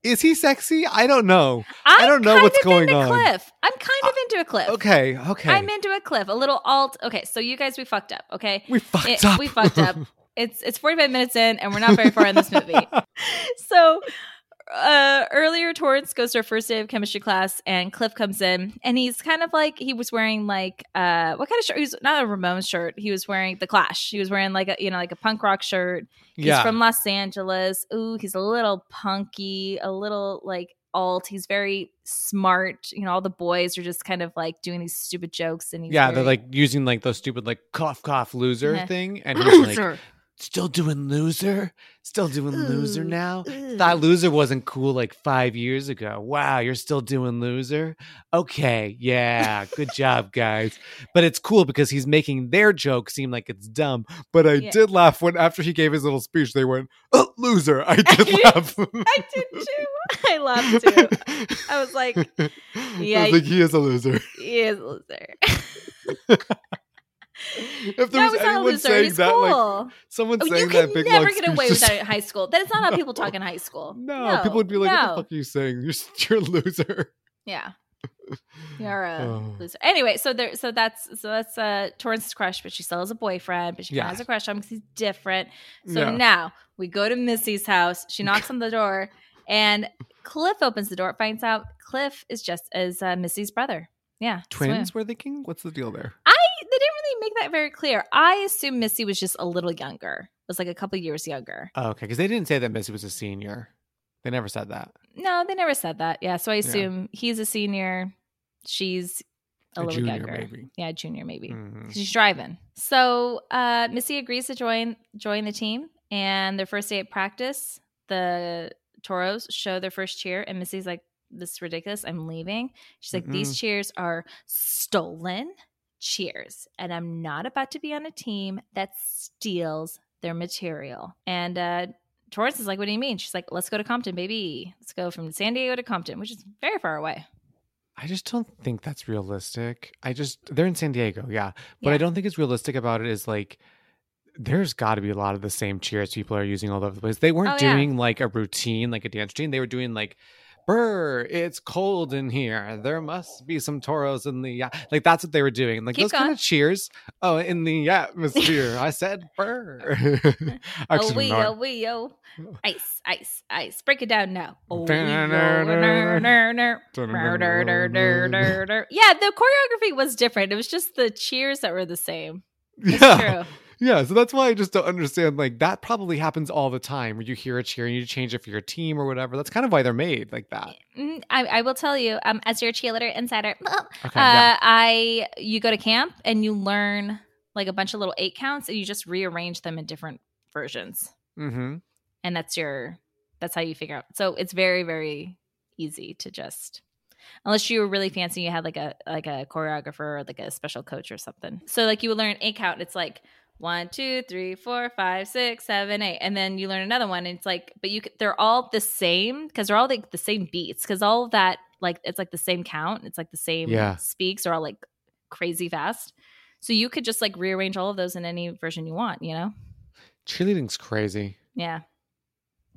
Speaker 2: Is he sexy? I don't know.
Speaker 1: I'm
Speaker 2: don't know what's
Speaker 1: kind of
Speaker 2: going
Speaker 1: into
Speaker 2: on. Uh,
Speaker 1: Cliff. I'm kind of into a Cliff.
Speaker 2: Okay, okay.
Speaker 1: I'm into a cliff, a little alt. Okay, so you guys, we fucked up. Okay,
Speaker 2: we fucked
Speaker 1: It-
Speaker 2: up.
Speaker 1: we fucked up. it's it's 45 minutes in, and we're not very far in this movie. So uh earlier, Torrance goes to her first day of chemistry class, and Cliff comes in, and he's kind of like he was wearing like uh what kind of shirt? He was not a Ramones shirt. He was wearing the Clash. He was wearing like a you know like a punk rock shirt. He's
Speaker 2: yeah.
Speaker 1: from Los Angeles. Ooh, he's a little punky, a little like alt. He's very smart. You know, all the boys are just kind of like doing these stupid jokes, and he's
Speaker 2: yeah,
Speaker 1: very-
Speaker 2: they're like using like those stupid like cough cough loser
Speaker 1: Yeah.
Speaker 2: thing, and he's like, still doing loser, still doing loser
Speaker 1: Ooh,
Speaker 2: now.
Speaker 1: Ooh.
Speaker 2: Thought loser wasn't cool like five years ago. Wow, you're still doing loser. Okay, yeah, good job, guys. But it's cool because he's making their joke seem like it's dumb. But I
Speaker 1: Yeah.
Speaker 2: did laugh when after he gave his little speech, they went, oh, "Loser." I did laugh.
Speaker 1: I did too. I laughed too. I was like,
Speaker 2: I
Speaker 1: yeah,
Speaker 2: was like, he is a loser.
Speaker 1: he is a loser.
Speaker 2: if there
Speaker 1: No,
Speaker 2: was
Speaker 1: he's not a
Speaker 2: anyone
Speaker 1: loser.
Speaker 2: saying
Speaker 1: He's
Speaker 2: that, like
Speaker 1: cool.
Speaker 2: someone
Speaker 1: Oh,
Speaker 2: saying
Speaker 1: you
Speaker 2: that
Speaker 1: could
Speaker 2: big
Speaker 1: never
Speaker 2: long
Speaker 1: get away
Speaker 2: speech
Speaker 1: with
Speaker 2: is-
Speaker 1: that in high school. That is not how people
Speaker 2: No.
Speaker 1: talk in high school.
Speaker 2: No, people would be like, "What the fuck are you saying? You're, you're a loser."
Speaker 1: Yeah. You're a
Speaker 2: Oh.
Speaker 1: loser. Anyway, so there so that's so that's uh Torrance's crush, but she still has a boyfriend, but she kinda
Speaker 2: Yeah.
Speaker 1: has a crush on him because he's different. So
Speaker 2: Yeah.
Speaker 1: now we go to Missy's house, she knocks on the door, and Cliff opens the door, finds out Cliff is just as uh, Missy's brother. Yeah. so-
Speaker 2: Twins were thinking, "What's the deal there?"
Speaker 1: they didn't really make that very clear. I assume Missy was just a little younger. Was like a couple years younger.
Speaker 2: Oh, okay, because they didn't say that Missy was a senior. They never said that.
Speaker 1: No, they never said that. Yeah, so I assume he's a senior, she's a, little
Speaker 2: junior,
Speaker 1: younger.
Speaker 2: maybe.
Speaker 1: Yeah, junior maybe.
Speaker 2: Mhm.
Speaker 1: She's driving. So uh, Missy agrees to join join the team, and their first day at practice, the Toros show their first cheer, and Missy's like, "This is ridiculous. I'm leaving." She's like, "These cheers are stolen cheers, and I'm not about to be on a team that steals their material." And uh, Torrance is like, "What do you mean?" She's like, "Let's go to Compton, baby. Let's go from San Diego to Compton, which is very far away."
Speaker 2: I just don't think that's realistic. I just they're in San Diego, yeah. But
Speaker 1: Yeah.
Speaker 2: I don't think it's realistic about it is like there's got to be a lot of the same cheers people are using all over the place. They weren't
Speaker 1: Oh, yeah.
Speaker 2: doing like a routine, like a dance routine. They were doing like, "Brr, it's cold in here. There must be some toros in the yeah." Like that's what they were doing. Like
Speaker 1: Keep
Speaker 2: those kind
Speaker 1: going.
Speaker 2: of cheers. Oh, in the atmosphere. I said, "Brr." I
Speaker 1: oh
Speaker 2: just
Speaker 1: wee,
Speaker 2: ignore
Speaker 1: oh
Speaker 2: it.
Speaker 1: wee, oh. Ice, ice, ice. Break it down now. Oh, wee, oh, ner, ner, ner. Ner, ner, ner, ner,
Speaker 2: Yeah,
Speaker 1: ner, ner. Yeah, the choreography was different. It was just the cheers that were the same. It's true.
Speaker 2: yeah. So that's why I just don't understand. Like that probably happens all the time where you hear a cheer and you change it for your team or whatever. That's kind of why they're made like that.
Speaker 1: Mm, I, I will tell you, um, as your cheerleader insider,
Speaker 2: Okay. yeah.
Speaker 1: uh, I you go to camp and you learn like a bunch of little eight counts, and you just rearrange them in different versions,
Speaker 2: Mm-hmm.
Speaker 1: and that's your that's how you figure out. So it's very very easy to just unless you were really fancy, you had like a like a choreographer or like a special coach or something. So like you would learn eight count. It's like one, two, three, four, five, six, seven, eight, and then you learn another one. And it's like, but you c- they're all the same because they're all like the same beats because all of that like it's like the same count. It's like the same
Speaker 2: Yeah.
Speaker 1: speaks are all like crazy fast. So you could just like rearrange all of those in any version you want. You know?
Speaker 2: Cheerleading's crazy.
Speaker 1: Yeah.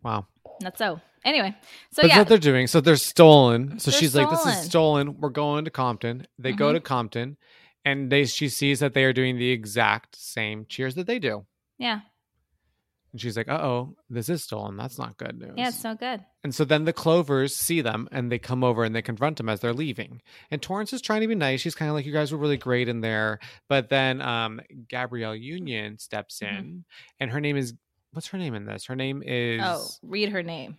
Speaker 2: Wow.
Speaker 1: Not so. Anyway, so
Speaker 2: That's
Speaker 1: yeah,
Speaker 2: what they're doing. So they're stolen. So
Speaker 1: They're Mm-hmm.
Speaker 2: she's like, this is stolen. We're going to Compton. They go to Compton and they she sees that they are doing the exact same cheers that they do.
Speaker 1: yeah,
Speaker 2: And she's like, uh oh, this is stolen. That's not good news.
Speaker 1: yeah. It's so good.
Speaker 2: And so then the Clovers see them and they come over and they confront them as they're leaving. And Torrance is trying to be nice. She's kind of like, you guys were really great in there. But then um, Gabrielle Union steps in
Speaker 1: Mhm.
Speaker 2: and her name is, what's her name in this? Her name is
Speaker 1: Oh, read her name.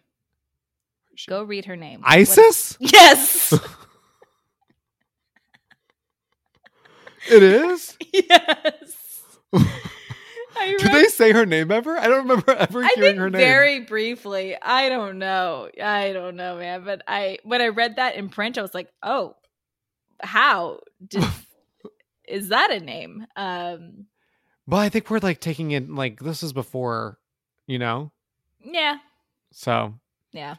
Speaker 2: She-
Speaker 1: Go read her name. What-
Speaker 2: ISIS?
Speaker 1: Yes.
Speaker 2: It is.
Speaker 1: yes. I
Speaker 2: Did they say her name ever? I don't remember ever
Speaker 1: I
Speaker 2: hearing
Speaker 1: think
Speaker 2: her name.
Speaker 1: very briefly. I don't know. I don't know, man. But I when I read that in print, I was like, oh, how did, is that a name? Um,
Speaker 2: well, I think we're like taking it like this is before, you know.
Speaker 1: yeah,
Speaker 2: So
Speaker 1: yeah,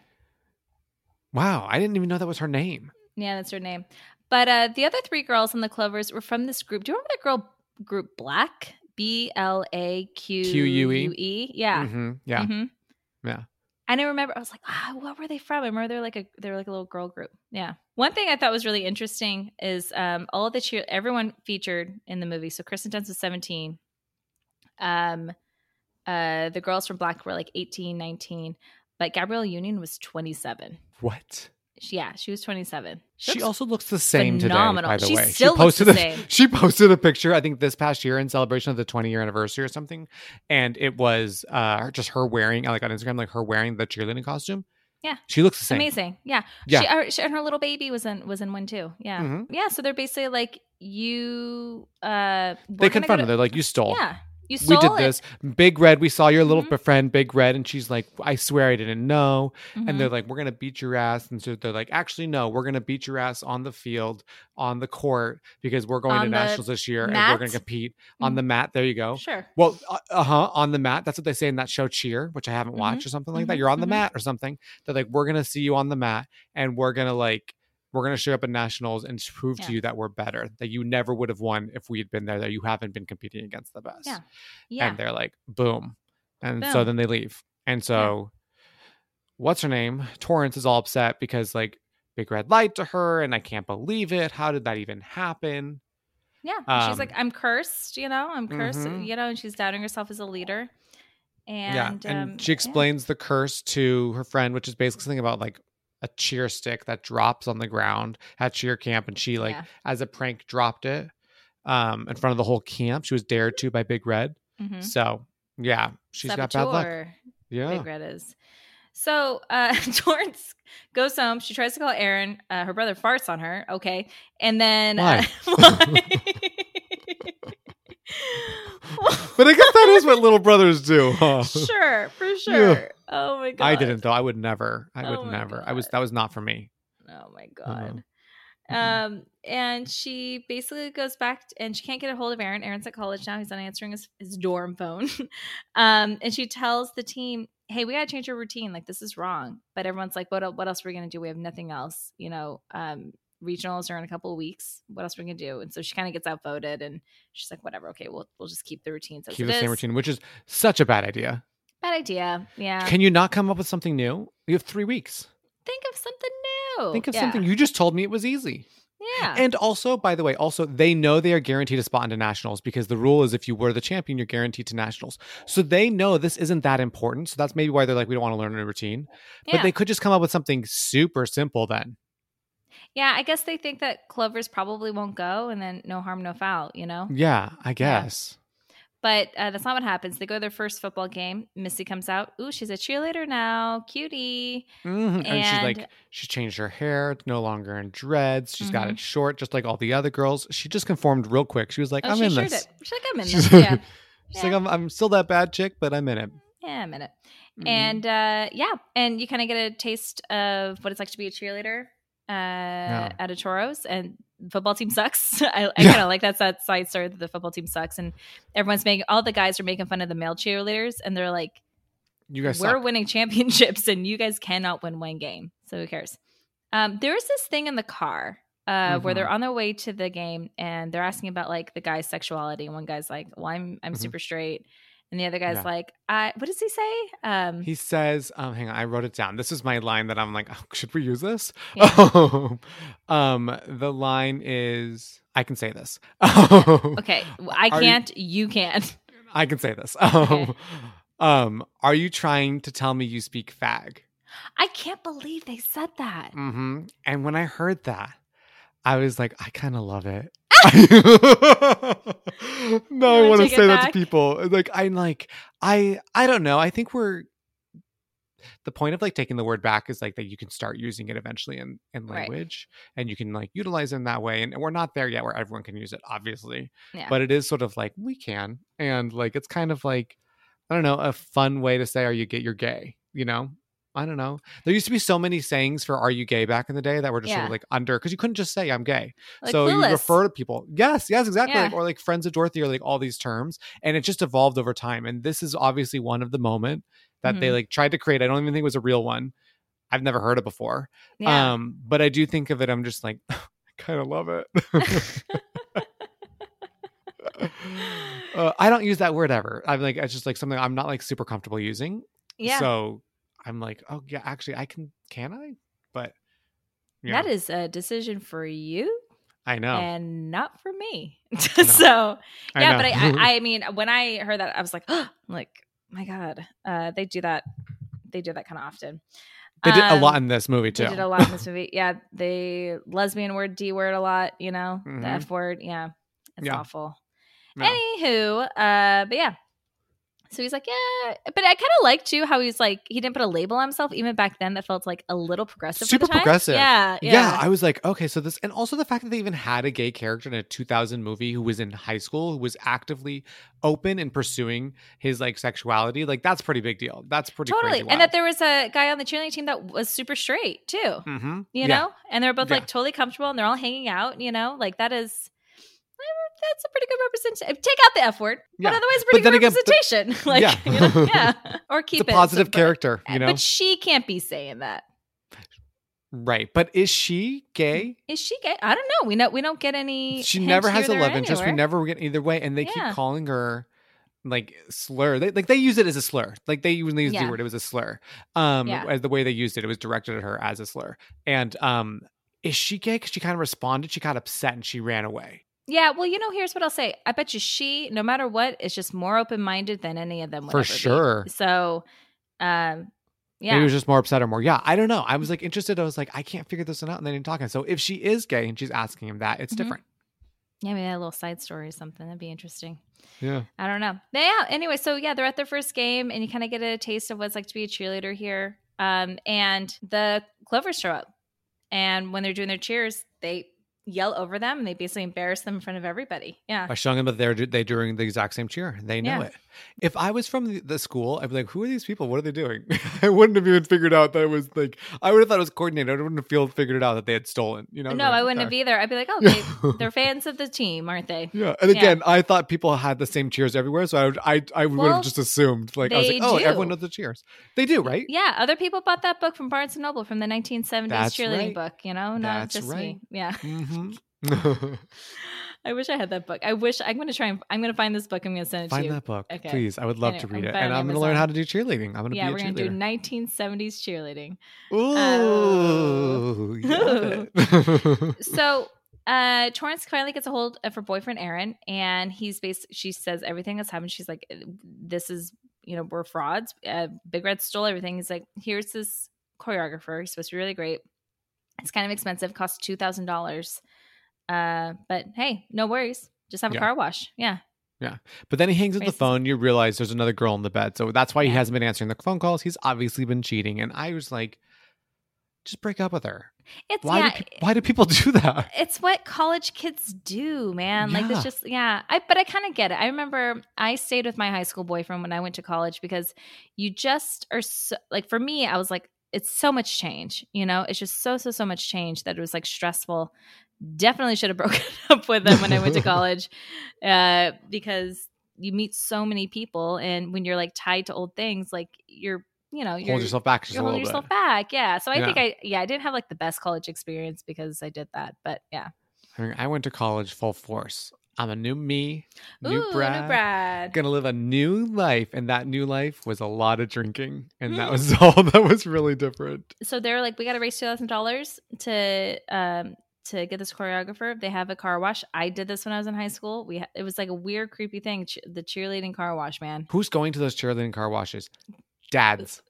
Speaker 2: wow, I didn't even know that was her name.
Speaker 1: yeah. That's her name. But uh, the other three girls in the Clovers were from this group. Do you remember that girl group Black? B L A Q
Speaker 2: Q U E?
Speaker 1: E. Yeah.
Speaker 2: hmm Yeah.
Speaker 1: Mm-hmm.
Speaker 2: Yeah.
Speaker 1: I don't remember. I was like, ah, what were they from? I remember they're like a they're like a little girl group. Yeah. One thing I thought was really interesting is um, all of the cheer everyone featured in the movie. So Kristen Dunst was seventeen. Um, uh, the girls from Black were like 18, 19, but Gabrielle Union was twenty seven.
Speaker 2: What?
Speaker 1: She, yeah, she was twenty seven.
Speaker 2: She also looks the same
Speaker 1: phenomenal.
Speaker 2: today. By the
Speaker 1: She
Speaker 2: way,
Speaker 1: still
Speaker 2: she
Speaker 1: looks
Speaker 2: posted
Speaker 1: the
Speaker 2: a,
Speaker 1: same.
Speaker 2: She posted a picture. I think this past year in celebration of the 20 year anniversary or something, and it was uh just her wearing like on Instagram, like her wearing the cheerleading costume.
Speaker 1: Yeah.
Speaker 2: she looks the same.
Speaker 1: amazing. Yeah,
Speaker 2: Yeah.
Speaker 1: She, uh, she and her little baby was in was in one too. Yeah,
Speaker 2: Mhm.
Speaker 1: yeah. So they're basically like you. Uh,
Speaker 2: They
Speaker 1: we're gonna go
Speaker 2: confront her. They're like, "You stole."
Speaker 1: to- Yeah, you
Speaker 2: we
Speaker 1: stole
Speaker 2: did
Speaker 1: it.
Speaker 2: this. Big Red, we saw your little
Speaker 1: Mhm.
Speaker 2: friend, Big Red, and she's like, I swear I didn't know.
Speaker 1: Mhm.
Speaker 2: And they're like, we're going to beat your ass. And so they're like, actually, no, we're going to beat your ass on the field, on the court, because we're going
Speaker 1: On
Speaker 2: to
Speaker 1: the
Speaker 2: nationals this year and we're
Speaker 1: mat?
Speaker 2: going to compete on
Speaker 1: Mhm.
Speaker 2: the mat. There you go.
Speaker 1: Sure.
Speaker 2: Well, uh huh, on the mat. That's what they say in that show Cheer, which I haven't
Speaker 1: Mhm,
Speaker 2: watched or something like that.
Speaker 1: mhm,
Speaker 2: You're on the
Speaker 1: mhm.
Speaker 2: mat or something. They're like, we're going to see you on the mat and we're going to like, we're going to show up at nationals and prove
Speaker 1: Yeah.
Speaker 2: to you that we're better, that you never would have won if we had been there, that you haven't been competing against the best
Speaker 1: Yeah. Yeah.
Speaker 2: and they're like boom and so
Speaker 1: Boom.
Speaker 2: then they leave and so what's her name torrance is all upset because like big red lied to her and i can't believe it how did that even happen
Speaker 1: Yeah. And she's like,
Speaker 2: Um,
Speaker 1: I'm cursed, you know, I'm cursed,
Speaker 2: Mhm.
Speaker 1: you know, and she's doubting herself as a leader. And,
Speaker 2: and
Speaker 1: um,
Speaker 2: she explains the curse to her friend which is basically something about like a cheer stick that drops on the ground at cheer camp and she like
Speaker 1: Yeah.
Speaker 2: as a prank dropped it um in front of the whole camp she was dared to by big red
Speaker 1: yeah. Mhm.
Speaker 2: so yeah she's got bad luck
Speaker 1: Saboteur,
Speaker 2: yeah
Speaker 1: Big Red is. So uh, Torrance goes home. She tries to call Aaron. Uh, her brother farts on her. Okay. And then.
Speaker 2: Why?
Speaker 1: Uh, why?
Speaker 2: but i guess that is what little brothers do huh?
Speaker 1: sure, for sure. Oh my God.
Speaker 2: I didn't though. I would never. I
Speaker 1: Oh
Speaker 2: would
Speaker 1: my
Speaker 2: never. I was that was not for me.
Speaker 1: Oh my
Speaker 2: Uh-uh.
Speaker 1: god.
Speaker 2: Mm-mm.
Speaker 1: Um, and she basically goes back t- and she can't get a hold of Aaron. Aaron's at college now. He's not answering his, his dorm phone. um, and she tells the team, Hey, we gotta change our routine. Like this is wrong. But everyone's like, What el- what else are we gonna do? We have nothing else, you know. Um, regionals are in a couple of weeks. What else are we gonna do? And so she kind of gets outvoted, and she's like, whatever, okay, we'll we'll just keep the routines as
Speaker 2: Keep
Speaker 1: it
Speaker 2: the same
Speaker 1: is."
Speaker 2: routine, which is such a bad idea.
Speaker 1: Bad idea. Yeah.
Speaker 2: Can you not come up with something new? You have three weeks.
Speaker 1: Think of something new.
Speaker 2: Think of
Speaker 1: Oh, Yeah.
Speaker 2: something. You just told me it was easy.
Speaker 1: Yeah.
Speaker 2: And also, by the way, also they know they are guaranteed a spot into nationals because the rule is if you were the champion, you're guaranteed to nationals. So they know this isn't that important. So that's maybe why they're like, we don't want to learn a new routine. But
Speaker 1: Yeah.
Speaker 2: they could just come up with something super simple then.
Speaker 1: yeah. I guess they think that Clovers probably won't go, and then no harm, no foul. You know.
Speaker 2: Yeah, I guess.
Speaker 1: But uh, that's not what happens. They go to their first football game. Missy comes out. Ooh, she's a cheerleader now. Cutie.
Speaker 2: Mhm. And, she's
Speaker 1: And-
Speaker 2: like, she's changed her hair. It's no longer in dreads. She's got
Speaker 1: Mhm.
Speaker 2: it short, just like all the other girls. She just conformed real quick. She was like,
Speaker 1: Oh,
Speaker 2: I'm
Speaker 1: she
Speaker 2: in
Speaker 1: sure
Speaker 2: this.
Speaker 1: did. She's like, I'm in
Speaker 2: She's
Speaker 1: this. Yeah.
Speaker 2: She's like, I'm, I'm still that bad chick, but I'm in it.
Speaker 1: Yeah, I'm in it.
Speaker 2: Mhm.
Speaker 1: And uh, yeah, and you kind of get a taste of what it's like to be a cheerleader uh, at a Toros. And football team sucks. I, I
Speaker 2: Yeah.
Speaker 1: kind of like that side side story that the football team sucks, and everyone's making all the guys are making fun of the male cheerleaders, and they're like,
Speaker 2: you guys
Speaker 1: we're
Speaker 2: suck.
Speaker 1: winning championships and you guys cannot win one game so who cares um, there's this thing in the car uh, where
Speaker 2: Mm-hmm.
Speaker 1: they're on their way to the game and they're asking about like the guy's sexuality and one guy's like well i'm i'm
Speaker 2: Mhm.
Speaker 1: super straight and the other guy's
Speaker 2: Yeah.
Speaker 1: like i what does he say um
Speaker 2: He says, um, hang on, I wrote it down. This is my line that I'm like, oh, should we use this? um, the line is, I can say this.
Speaker 1: okay well, i
Speaker 2: Are you-
Speaker 1: can't you, can't
Speaker 2: I can say this.
Speaker 1: Okay.
Speaker 2: um, are you trying to tell me you speak fag?
Speaker 1: i can't believe they said that
Speaker 2: hmm And when I heard that, I was like, I kind of love it. no,
Speaker 1: wanna
Speaker 2: I want to
Speaker 1: take it
Speaker 2: say that to
Speaker 1: back?
Speaker 2: people. Like, I'm like, I, I don't know. I think we're the point of like taking the word back is like that you can start using it eventually in in
Speaker 1: Right.
Speaker 2: language, and you can like utilize it in that way. And we're not there yet where everyone can use it, obviously.
Speaker 1: Yeah.
Speaker 2: But it is sort of like we can, and like it's kind of like I don't know, a fun way to say are you get you're gay, you know? I don't know. There used to be so many sayings for are you gay back in the day that were just sort
Speaker 1: Yeah.
Speaker 2: of like under because you couldn't just say I'm gay.
Speaker 1: like
Speaker 2: so
Speaker 1: clueless.
Speaker 2: you refer to people. Yes, yes, exactly.
Speaker 1: Yeah.
Speaker 2: Like, or like friends of Dorothy or like all these terms. And it just evolved over time. And this is obviously one of the moment that
Speaker 1: Mm-hmm.
Speaker 2: they like tried to create. I don't even think it was a real one. I've never heard it before.
Speaker 1: yeah.
Speaker 2: Um, but I do think of it, I'm just like, I kind of love it. uh, I don't use that word ever. I'm like, it's just like something I'm not like super comfortable using.
Speaker 1: yeah
Speaker 2: So I'm like, oh yeah, actually, I can. Can I? But yeah,
Speaker 1: that is a decision for you
Speaker 2: I know.
Speaker 1: and not for me
Speaker 2: know.
Speaker 1: so yeah, but
Speaker 2: know.
Speaker 1: I, I, I mean, when I heard that, I was like, oh, like my god, uh, they do that. They do that kind of often.
Speaker 2: they did a lot
Speaker 1: Um,
Speaker 2: in this movie too.
Speaker 1: They did a lot in this movie. Yeah, the lesbian word, d word, a lot. You know,
Speaker 2: Mhm.
Speaker 1: the f word. Yeah, it's
Speaker 2: Yeah.
Speaker 1: awful.
Speaker 2: No.
Speaker 1: Anywho, uh, but yeah. So he's like, yeah, but I kind of like too how he's like he didn't put a label on himself even back then. That felt like a little progressive. for the
Speaker 2: Super
Speaker 1: time.
Speaker 2: progressive.
Speaker 1: Yeah, yeah,
Speaker 2: yeah. I was like, okay, so this, and also the fact that they even had a gay character in a 2000 movie who was in high school, who was actively open and pursuing his like sexuality, like that's pretty big deal. That's pretty
Speaker 1: totally.
Speaker 2: Crazy
Speaker 1: And that there was a guy on the cheerleading team that was super straight too.
Speaker 2: mm-hmm.
Speaker 1: you know and they're both like totally comfortable and they're all hanging out you know like that is that's a pretty good representation Eh, take out the f word but
Speaker 2: Yeah.
Speaker 1: otherwise it's a pretty
Speaker 2: But
Speaker 1: good
Speaker 2: then
Speaker 1: representation like
Speaker 2: yeah.
Speaker 1: you know, yeah or keep
Speaker 2: it's a
Speaker 1: it
Speaker 2: positive
Speaker 1: so- but-
Speaker 2: character, you know,
Speaker 1: but she can't be saying that
Speaker 2: right? But is she gay?
Speaker 1: is she gay i don't know we know we don't get any
Speaker 2: she
Speaker 1: hint
Speaker 2: never
Speaker 1: here,
Speaker 2: has a
Speaker 1: there, or
Speaker 2: love interest. We
Speaker 1: anywhere.
Speaker 2: never get either way, and they
Speaker 1: Yeah.
Speaker 2: keep calling her like slur. They like they use it as a slur. Like they when they use
Speaker 1: Yeah.
Speaker 2: the word, it was a slur. Um,
Speaker 1: Yeah.
Speaker 2: as the way they used it, it was directed at her as a slur. And um, is she gay? 'Cause she kind of responded. She got upset and she ran away.
Speaker 1: yeah well you know here's what i'll say i bet you she no matter what is just more open-minded than any of them would
Speaker 2: For
Speaker 1: ever be.
Speaker 2: sure.
Speaker 1: so um yeah Mm-hmm.
Speaker 2: Maybe it was just more upset or more. Yeah, I don't know. I was like interested. I was like, I can't figure this one out. And they didn't talk. And so if she is gay and she's asking him that, it's
Speaker 1: Mhm.
Speaker 2: different.
Speaker 1: yeah maybe a little side story or something that'd be interesting
Speaker 2: Yeah.
Speaker 1: I don't know. But yeah. Anyway, so yeah, they're at their first game, and you kind of get a taste of what it's like to be a cheerleader here. Um, and the Clovers show up, and when they're doing their cheers, they yell over them and they basically embarrass them in front of everybody. Yeah.
Speaker 2: by showing them that they're they doing the exact same cheer. They know
Speaker 1: Yeah.
Speaker 2: it. If I was from the, the school, I'd be like, "Who are these people? What are they doing?" I wouldn't have even figured out that it was like I would have thought it was coordinated. I wouldn't have feel, figured it out that they had stolen. You know?
Speaker 1: No, I wouldn't have either. I'd be like, oh, they,
Speaker 2: have.
Speaker 1: they're fans of the team, aren't they?
Speaker 2: Yeah, and
Speaker 1: Yeah.
Speaker 2: again, I thought people had the same cheers everywhere, so I would, I, I would
Speaker 1: Well,
Speaker 2: have just assumed like I was like,
Speaker 1: they
Speaker 2: oh,
Speaker 1: do.
Speaker 2: everyone knows the cheers. They do, right?
Speaker 1: Yeah, other people bought that book from Barnes and Noble from the 1970s
Speaker 2: That's
Speaker 1: cheerleading
Speaker 2: right.
Speaker 1: book, you know, not
Speaker 2: That's
Speaker 1: just
Speaker 2: right.
Speaker 1: me. Yeah.
Speaker 2: hmm
Speaker 1: I wish I had that book. I wish I'm going to try and I'm going to find this book. I'm going to send it to
Speaker 2: Find
Speaker 1: you.
Speaker 2: that book,
Speaker 1: Okay.
Speaker 2: please. I would love
Speaker 1: Anyway,
Speaker 2: to
Speaker 1: I'm
Speaker 2: read it,
Speaker 1: buying
Speaker 2: and I'm going to learn
Speaker 1: Amazon.
Speaker 2: how to do cheerleading. I'm going to
Speaker 1: Yeah,
Speaker 2: be a
Speaker 1: we're going to do
Speaker 2: cheerleader.
Speaker 1: 1970s cheerleading.
Speaker 2: Ooh, you got
Speaker 1: Oh.
Speaker 2: it.
Speaker 1: So, uh, Torrance finally gets a hold of her boyfriend Aaron, and he's based. She says everything that's happened. She's like, "This is, you know, we're frauds. Uh, Big Red stole everything." He's like, "Here's this choreographer. He's supposed to be really great. It's kind of expensive. Costs two thousand dollars. Uh, but hey, no worries. Just have a
Speaker 2: Yeah.
Speaker 1: car wash. Yeah,
Speaker 2: But then he hangs up the
Speaker 1: Racist.
Speaker 2: phone. You realize there's another girl in the bed, so that's why he
Speaker 1: Yeah.
Speaker 2: hasn't been answering the phone calls. He's obviously been cheating, and I was like, just break up with her.
Speaker 1: it's
Speaker 2: Why?
Speaker 1: yeah." eh
Speaker 2: do peop- why do people do that?
Speaker 1: it's what college kids do, man. Like
Speaker 2: Yeah.
Speaker 1: it's just yeah. I but I kind of get it. I remember I stayed with my high school boyfriend when I went to college because you just are so, like for me, I was like it's so much change, you know? It's just so so so much change that it was like stressful. Definitely should have broken up with him when I went to college uh because you meet so many people and when you're like tied to old things like you're you know you're
Speaker 2: Hold yourself back just
Speaker 1: you're
Speaker 2: a little
Speaker 1: holding
Speaker 2: bit.
Speaker 1: yourself back yeah so i
Speaker 2: Yeah.
Speaker 1: think i yeah i didn't have like the best college experience because i did that but yeah
Speaker 2: I mean, I went to college full force. I'm a new me, new
Speaker 1: Ooh,
Speaker 2: Brad.
Speaker 1: New Brad.
Speaker 2: Gonna live a new life, and that new life was a lot of drinking, and
Speaker 1: Mm.
Speaker 2: that was all that was really different.
Speaker 1: So they're like, we got to raise two thousand dollars to um to get this choreographer. They have a car wash. I did this when I was in high school. We ha- it was like a weird, creepy thing. Ch- the cheerleading car wash, man.
Speaker 2: Who's going to those cheerleading car washes? Dads,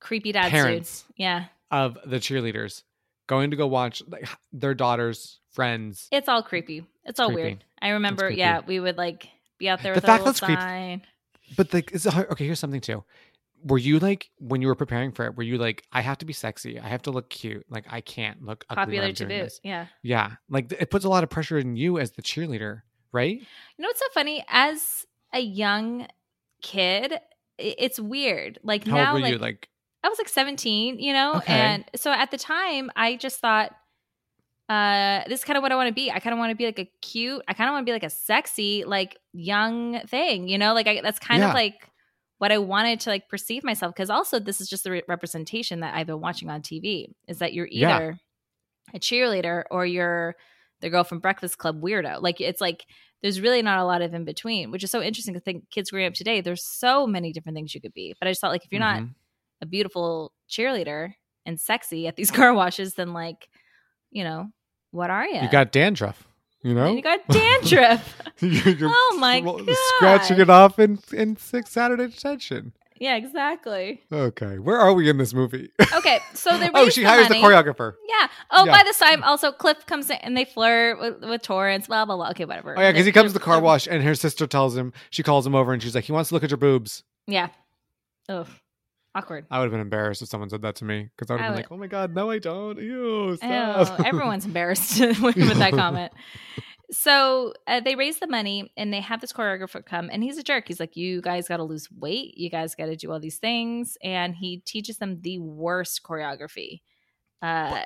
Speaker 1: Creepy dad
Speaker 2: parents.
Speaker 1: suits. Yeah,
Speaker 2: of the cheerleaders going to go watch like, their daughters' friends.
Speaker 1: it's all creepy. It's all weird.
Speaker 2: Creepy.
Speaker 1: I remember.
Speaker 2: creepy.
Speaker 1: Yeah, we would like be out there
Speaker 2: The
Speaker 1: with
Speaker 2: fact
Speaker 1: a little
Speaker 2: that's creep-
Speaker 1: sign.
Speaker 2: But like, is it hard? okay. Here's something too. Were you like when you were preparing for it? Were you like, I have to be sexy. I have to look cute. Like I can't look ugly when
Speaker 1: Popular
Speaker 2: I'm
Speaker 1: to
Speaker 2: doing
Speaker 1: boot.
Speaker 2: this."
Speaker 1: Yeah.
Speaker 2: Yeah, like th- it puts a lot of pressure on you as the cheerleader, right?
Speaker 1: You know what's so funny? As a young kid, i- it's weird. Like
Speaker 2: How
Speaker 1: now,
Speaker 2: old were
Speaker 1: like,
Speaker 2: you? Like,
Speaker 1: I was like 17, you know?
Speaker 2: Okay.
Speaker 1: And so at the time, I just thought, uh, this is kind of what I want to be. I kind of want to be like a cute, I kind of want to be like a sexy, like young thing, you know? Like, I, that's kind
Speaker 2: Yeah.
Speaker 1: of like what I wanted to like perceive myself. Cause also, this is just the re- representation that I've been watching on TV is that you're
Speaker 2: Yeah.
Speaker 1: either a cheerleader or you're the girl from Breakfast Club weirdo. Like, it's like, there's really not a lot of in between, which is so interesting to think kids growing up today, there's so many different things you could be. But I just thought, like, if you're not
Speaker 2: Mhm.
Speaker 1: a beautiful cheerleader and sexy at these car washes then like, you know, what are you?
Speaker 2: you got dandruff, you know,
Speaker 1: you got dandruff.
Speaker 2: You're- you're
Speaker 1: Oh my
Speaker 2: scro- scratching
Speaker 1: God.
Speaker 2: it off in in six Saturday detention.
Speaker 1: yeah, exactly.
Speaker 2: Okay, where are we in this movie?
Speaker 1: Okay, so they
Speaker 2: oh,
Speaker 1: raise
Speaker 2: she
Speaker 1: the
Speaker 2: hires
Speaker 1: money.
Speaker 2: the choreographer.
Speaker 1: Yeah. Oh,
Speaker 2: Yeah.
Speaker 1: by this time, also Cliff comes in and they flirt with, with Torrance. Blah blah blah. Okay, whatever.
Speaker 2: Oh yeah, because he comes to the
Speaker 1: They're-
Speaker 2: car
Speaker 1: they're-
Speaker 2: wash, and her sister tells him she calls him over, and she's like, "He wants to look at your boobs."
Speaker 1: Yeah. Ugh. Awkward.
Speaker 2: I would have been embarrassed if someone said that to me because I would
Speaker 1: I
Speaker 2: have been
Speaker 1: would-
Speaker 2: like, "Oh my god, no, I don't." Ew,
Speaker 1: Oh,
Speaker 2: stop.
Speaker 1: everyone's embarrassed with that comment. So uh, they raise the money and they have this choreographer come, and he's a jerk. He's like, "You guys got to lose weight. You guys got to do all these things," and he teaches them the worst choreography. Uh,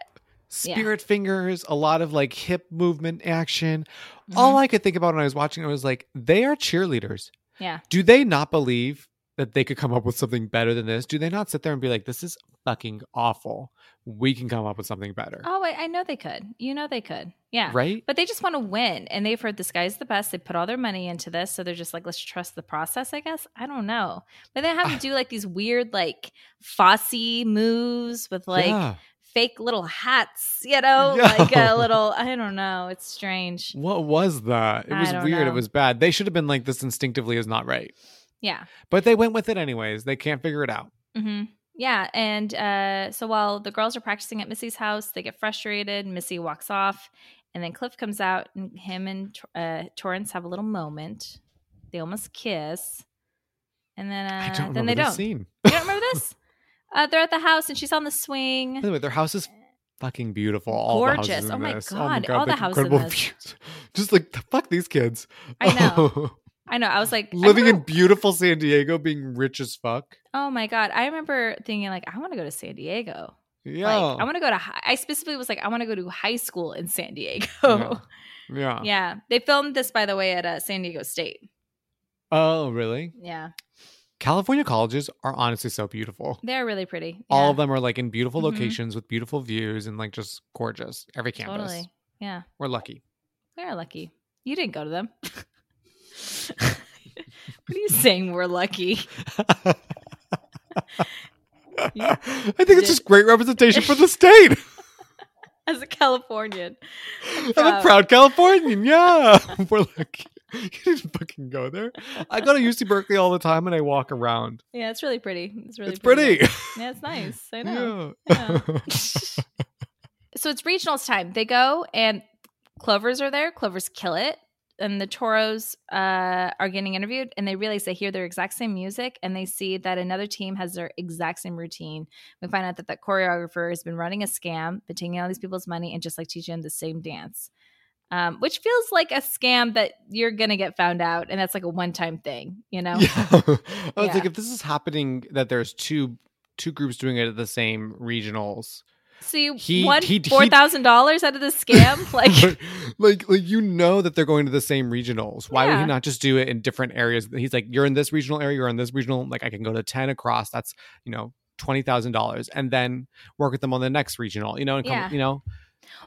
Speaker 2: Spirit fingers, a lot of like hip movement action.
Speaker 1: Mm-hmm.
Speaker 2: All I could think about when I was watching it was like, they are cheerleaders.
Speaker 1: Yeah.
Speaker 2: Do they not believe that they could come up with something better than this? Do they not sit there and be like, this is fucking awful? We can come up with something better.
Speaker 1: oh, I, I know they could. You know they could. Yeah.
Speaker 2: Right?
Speaker 1: But they just want to win, and they've heard this guy's the best. They put all their money into this, so they're just like, let's trust the process, I guess. I don't know, but they have to
Speaker 2: Ah.
Speaker 1: do like these weird, like Fosse moves with like
Speaker 2: Yeah.
Speaker 1: fake little hats, you know,
Speaker 2: Yo.
Speaker 1: like a little, I don't know. It's strange.
Speaker 2: What was that? It
Speaker 1: I
Speaker 2: was
Speaker 1: don't
Speaker 2: weird.
Speaker 1: know.
Speaker 2: It was bad. They should have been like, this instinctively is not right.
Speaker 1: Yeah.
Speaker 2: But they went with it anyways. They can't figure it out.
Speaker 1: hmm Yeah. And uh, so while the girls are practicing at Missy's house, they get frustrated. Missy walks off. And then Cliff comes out, and him and uh, Torrance have a little moment. They almost kiss. And then,
Speaker 2: I
Speaker 1: uh,
Speaker 2: don't
Speaker 1: then
Speaker 2: remember
Speaker 1: they
Speaker 2: this
Speaker 1: don't.
Speaker 2: scene.
Speaker 1: You don't remember this? Uh, they're at the house, and she's on the swing.
Speaker 2: By the way, their house is fucking beautiful. All the houses
Speaker 1: Gorgeous.
Speaker 2: in
Speaker 1: Oh my
Speaker 2: this.
Speaker 1: God, all the
Speaker 2: like,
Speaker 1: houses in
Speaker 2: incredible
Speaker 1: this.
Speaker 2: views. Just like fuck these kids.
Speaker 1: I know. I know. I was like I
Speaker 2: Living in
Speaker 1: wanna-
Speaker 2: beautiful San Diego, being rich as fuck.
Speaker 1: Oh my god! I remember thinking like I want to go to San Diego.
Speaker 2: Yeah.
Speaker 1: Like I want to go to. Hi- I specifically was like I want to go to high school in San Diego.
Speaker 2: Yeah.
Speaker 1: Yeah.
Speaker 2: yeah.
Speaker 1: They filmed this by the way at uh, San Diego State.
Speaker 2: Oh, really?
Speaker 1: Yeah.
Speaker 2: California colleges are honestly so beautiful.
Speaker 1: They're really pretty.
Speaker 2: All
Speaker 1: Yeah,
Speaker 2: of them are like in beautiful
Speaker 1: Mhm.
Speaker 2: locations with beautiful views and like just gorgeous. Every campus.
Speaker 1: Totally. Yeah.
Speaker 2: We're lucky.
Speaker 1: They're lucky. You didn't go to them. what are you saying? We're lucky.
Speaker 2: I think it's just great representation for the state.
Speaker 1: As a Californian,
Speaker 2: I'm a
Speaker 1: proud.
Speaker 2: proud Californian. Yeah. We're lucky. You didn't fucking go there. I go to UC Berkeley all the time and I walk around.
Speaker 1: yeah, it's really pretty. It's really
Speaker 2: it's pretty.
Speaker 1: Yeah, it's nice. I know.
Speaker 2: Yeah.
Speaker 1: So it's regionals time. They go and Clovers are there. Clovers kill it. And the Toros uh, are getting interviewed, and they realize they hear their exact same music, and they see that another team has their exact same routine. We find out that that choreographer has been running a scam, been taking all these people's money, and just like teaching them the same dance, um, which feels like a scam that you're gonna get found out, and that's like a one-time thing, you know?
Speaker 2: Yeah. I was
Speaker 1: Yeah.
Speaker 2: like, if this is happening, that there's two two groups doing it at the same regionals.
Speaker 1: So you
Speaker 2: He-
Speaker 1: won
Speaker 2: he- he-
Speaker 1: four thousand dollars out of this scam, like
Speaker 2: like, like you know that they're going to the same regionals. Why would
Speaker 1: Yeah.
Speaker 2: he not just do it in different areas? He's like, you're in this regional area, you're in this regional. Like, I can go to ten across. That's you know twenty thousand dollars, and then work with them on the next regional. You know, and come,
Speaker 1: Yeah.
Speaker 2: you know,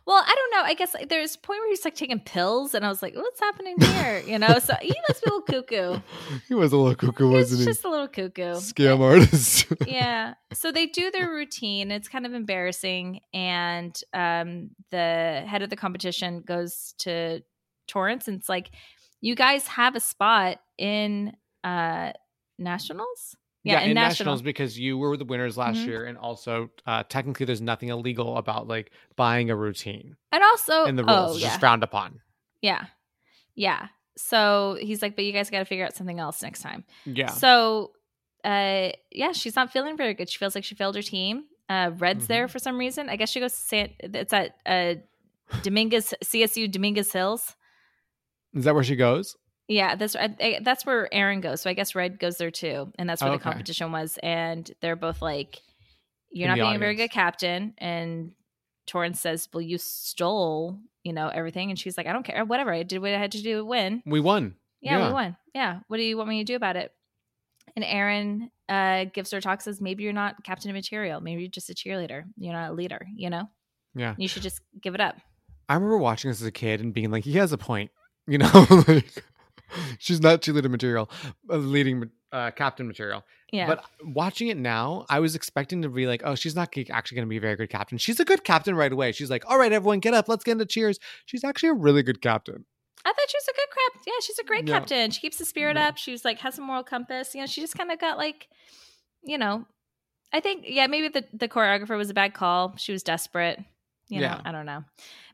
Speaker 1: Well, I don't know. I guess like, there's a point where he's like taking pills, and I was like, "What's happening here?" You know. So he must be a little cuckoo.
Speaker 2: he was a little cuckoo,
Speaker 1: he's
Speaker 2: wasn't he?
Speaker 1: just a little cuckoo.
Speaker 2: Scam artist.
Speaker 1: yeah. So they do their routine. It's kind of embarrassing, and um, the head of the competition goes to Torrance, and it's like, "You guys have a spot in uh, nationals." Yeah, in
Speaker 2: in
Speaker 1: national-
Speaker 2: nationals because you were the winners last
Speaker 1: Mhm.
Speaker 2: year, and also uh, technically there's nothing illegal about like buying a routine
Speaker 1: and also
Speaker 2: in the
Speaker 1: oh,
Speaker 2: rules. it's
Speaker 1: yeah.
Speaker 2: just frowned upon.
Speaker 1: yeah, yeah. So he's like, "But you guys got to figure out something else next time."
Speaker 2: Yeah.
Speaker 1: So, uh, yeah, she's not feeling very good. She feels like she failed her team. Uh, Red's
Speaker 2: Mm-hmm.
Speaker 1: there for some reason. I guess she goes to San. It's at uh, Dominguez CSU Dominguez Hills.
Speaker 2: Is that where she goes?
Speaker 1: Yeah, that's I, I- that's where Aaron goes. So I guess Red goes there too, and that's where
Speaker 2: Oh,
Speaker 1: the
Speaker 2: okay.
Speaker 1: competition was. And they're both like, "You're
Speaker 2: In
Speaker 1: not
Speaker 2: the
Speaker 1: being a very
Speaker 2: audience.
Speaker 1: good captain." And Torrance says, "Well, you stole, you know, everything." And she's like, "I don't care. Whatever. I did what I had to do to win."
Speaker 2: We won.
Speaker 1: Yeah,
Speaker 2: Yeah.
Speaker 1: we won. Yeah. What do you want me to do about it? And Aaron uh, gives her a talk, says, maybe you're not captain of material. Maybe you're just a cheerleader. You're not a leader, you know?
Speaker 2: Yeah.
Speaker 1: You should just give it up.
Speaker 2: I remember watching this as a kid and being like, he has a point. You know, like she's not cheerleader material, uh, leading uh, captain material.
Speaker 1: Yeah.
Speaker 2: But watching it now, I was expecting to be like, oh, she's not g- actually going to be a very good captain. She's a good captain right away. She's like, all right, everyone, get up. Let's get into cheers. She's actually a really good captain.
Speaker 1: I thought she was a good crap. Yeah, she's a great
Speaker 2: Yeah.
Speaker 1: captain. She keeps the spirit
Speaker 2: Yeah.
Speaker 1: up. She's like has a moral compass. You know, she just kind of got like, you know, I think yeah, maybe the the choreographer was a bad call. She was desperate. You know,
Speaker 2: Yeah.
Speaker 1: I don't know.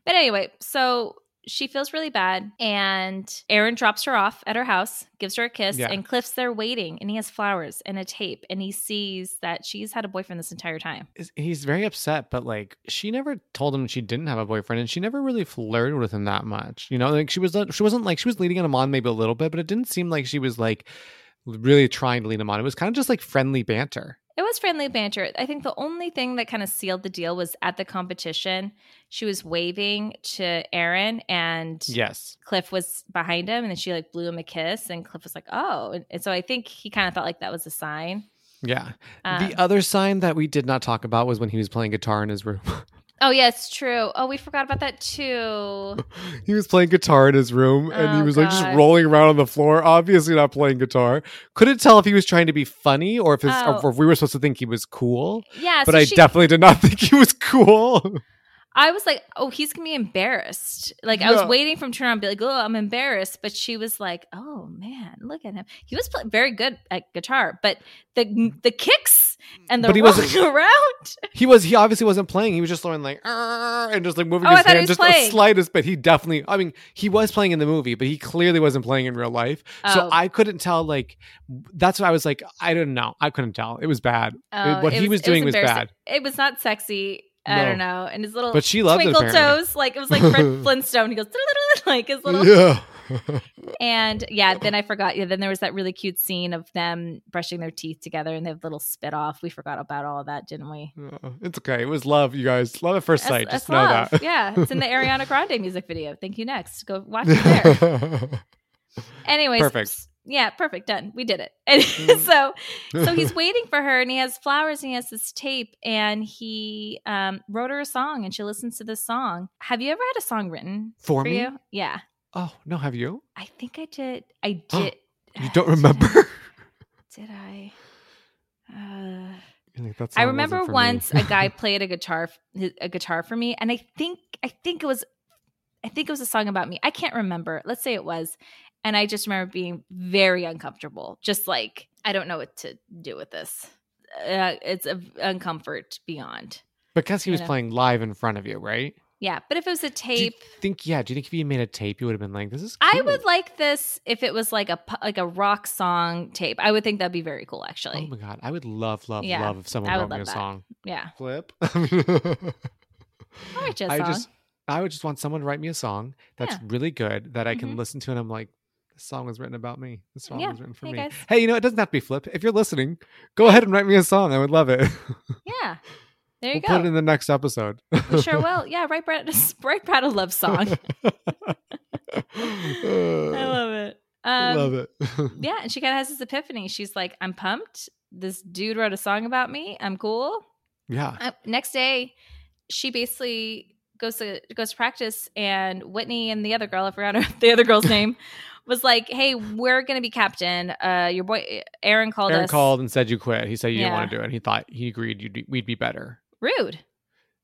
Speaker 1: But anyway, so she feels really bad, and Aaron drops her off at her house, gives her a kiss,
Speaker 2: Yeah.
Speaker 1: and Cliff's there waiting, and he has flowers and a tape, and he sees that she's had a boyfriend this entire time.
Speaker 2: Is- He's very upset, but like she never told him she didn't have a boyfriend, and she never really flirted with him that much. You know, like she was uh, she wasn't like she was leading him on maybe a little bit, but it didn't seem like she was like really trying to lead him on. It was kind of just like friendly banter.
Speaker 1: It was friendly banter. I think the only thing that kind of sealed the deal was at the competition, she was waving to Aaron and
Speaker 2: Yes.
Speaker 1: Cliff was behind him and then she like blew him a kiss and Cliff was like, "Oh." And- And so I think he kind of thought like that was a sign.
Speaker 2: Yeah.
Speaker 1: Um,
Speaker 2: the other sign that we did not talk about was when he was playing guitar in his room.
Speaker 1: oh, yeah, it's true. Oh, we forgot about that too.
Speaker 2: he was playing guitar in his room and he
Speaker 1: Oh,
Speaker 2: was like just
Speaker 1: God.
Speaker 2: rolling around on the floor, obviously not playing guitar. Couldn't tell if he was trying to be funny or if, his,
Speaker 1: Oh.
Speaker 2: or if we were supposed to think he was cool.
Speaker 1: Yeah,
Speaker 2: But
Speaker 1: so
Speaker 2: I
Speaker 1: she,
Speaker 2: definitely did not think he was cool.
Speaker 1: I was like, "Oh, he's going to be embarrassed." Like I was
Speaker 2: Yeah.
Speaker 1: waiting for him to turn around and be like, "Oh, I'm embarrassed." But she was like, "Oh, man, look at him. He was pl- very good at guitar, but the the kicks and the
Speaker 2: But he
Speaker 1: rolling
Speaker 2: wasn't-
Speaker 1: around
Speaker 2: He was he obviously wasn't playing. He was just throwing like "Arr," and just like moving
Speaker 1: Oh, I
Speaker 2: his
Speaker 1: thought he
Speaker 2: hand
Speaker 1: was
Speaker 2: just
Speaker 1: playing.
Speaker 2: the slightest bit. He definitely I mean, he was playing in the movie, but he clearly wasn't playing in real life.
Speaker 1: Oh.
Speaker 2: So I couldn't tell like that's what I was like, I don't know. I couldn't tell. It was bad.
Speaker 1: Oh,
Speaker 2: what he was doing was
Speaker 1: embarrassing.
Speaker 2: bad.
Speaker 1: It was not sexy. I
Speaker 2: No.
Speaker 1: don't know. And his little
Speaker 2: But she loved it,
Speaker 1: twinkle
Speaker 2: apparently.
Speaker 1: toes, like it was like Fred Flintstone. He goes like his little
Speaker 2: Yeah.
Speaker 1: and yeah. Then I forgot. Yeah, then there was that really cute scene of them brushing their teeth together, and they have little spit off. We forgot about all that, didn't we?
Speaker 2: Uh, it's okay. It was love, you guys. Love at first
Speaker 1: That's-
Speaker 2: sight.
Speaker 1: that's
Speaker 2: Just know
Speaker 1: love.
Speaker 2: that.
Speaker 1: yeah, it's in the Ariana Grande music video. Thank you. Next, go watch it there.
Speaker 2: Yeah.
Speaker 1: Anyways,
Speaker 2: Perfect. Mm-hmm.
Speaker 1: s- Yeah, perfect. Done. We did it. And so, so he's waiting for her, and he has flowers, and he has this tape, and he um, wrote her a song, and she listens to this song. Have you ever had a song written
Speaker 2: for
Speaker 1: for
Speaker 2: me.
Speaker 1: you? Yeah,
Speaker 2: Oh no, have you?
Speaker 1: I think I did. I did.
Speaker 2: You don't remember?
Speaker 1: Did I? Uh,
Speaker 2: You're like, "That
Speaker 1: I
Speaker 2: song wasn't
Speaker 1: remember
Speaker 2: for me."
Speaker 1: once a guy played a guitar f- a guitar for me, and I think I think it was I think it was a song about me. I can't remember. Let's say it was, and I just remember being very uncomfortable, just like I don't know what to do with this. Uh, it's a uncomfort beyond.
Speaker 2: because he
Speaker 1: you
Speaker 2: was
Speaker 1: know.
Speaker 2: playing live in front of you, right?
Speaker 1: Yeah, but if it was a tape,
Speaker 2: Think yeah. Do you think if you made a tape, you would have been like, "This is"?
Speaker 1: I
Speaker 2: cute.
Speaker 1: would like this if it was like a pu- like a rock song tape. I would think that'd be very cool,
Speaker 2: Oh
Speaker 1: actually.
Speaker 2: my god, I would love, love,
Speaker 1: Yeah,
Speaker 2: love if someone
Speaker 1: I would
Speaker 2: wrote me a
Speaker 1: love that.
Speaker 2: song.
Speaker 1: yeah,
Speaker 2: Flip.
Speaker 1: I'll write you a
Speaker 2: I
Speaker 1: song.
Speaker 2: just I would just want someone to write me a song that's
Speaker 1: Yeah.
Speaker 2: really good that I can
Speaker 1: Mhm.
Speaker 2: listen to and I'm like, this song was written about me. This song
Speaker 1: Yeah.
Speaker 2: was written for
Speaker 1: Hey,
Speaker 2: me.
Speaker 1: guys.
Speaker 2: Hey, you know, it doesn't have to be flip. If you're listening, go ahead and write me a song. I would love it.
Speaker 1: yeah, there you
Speaker 2: we'll
Speaker 1: go.
Speaker 2: put it in the next episode.
Speaker 1: We sure will. Yeah, right, Brad. Right, Brad, a love song. I love it. Um,
Speaker 2: Uh, love it.
Speaker 1: Yeah, and she kind of has this epiphany. She's like, "I'm pumped. This dude wrote a song about me. I'm cool."
Speaker 2: yeah.
Speaker 1: Uh, next day, she basically goes to goes to practice, and Whitney and the other girl, I forgot her, the other girl's name, was like, "Hey, we're gonna be captain. Uh, your boy Aaron called
Speaker 2: Aaron
Speaker 1: us
Speaker 2: called and said you quit. He said you didn't
Speaker 1: Yeah.
Speaker 2: want to do it. And he thought he agreed you'd be, we'd be better.
Speaker 1: rude.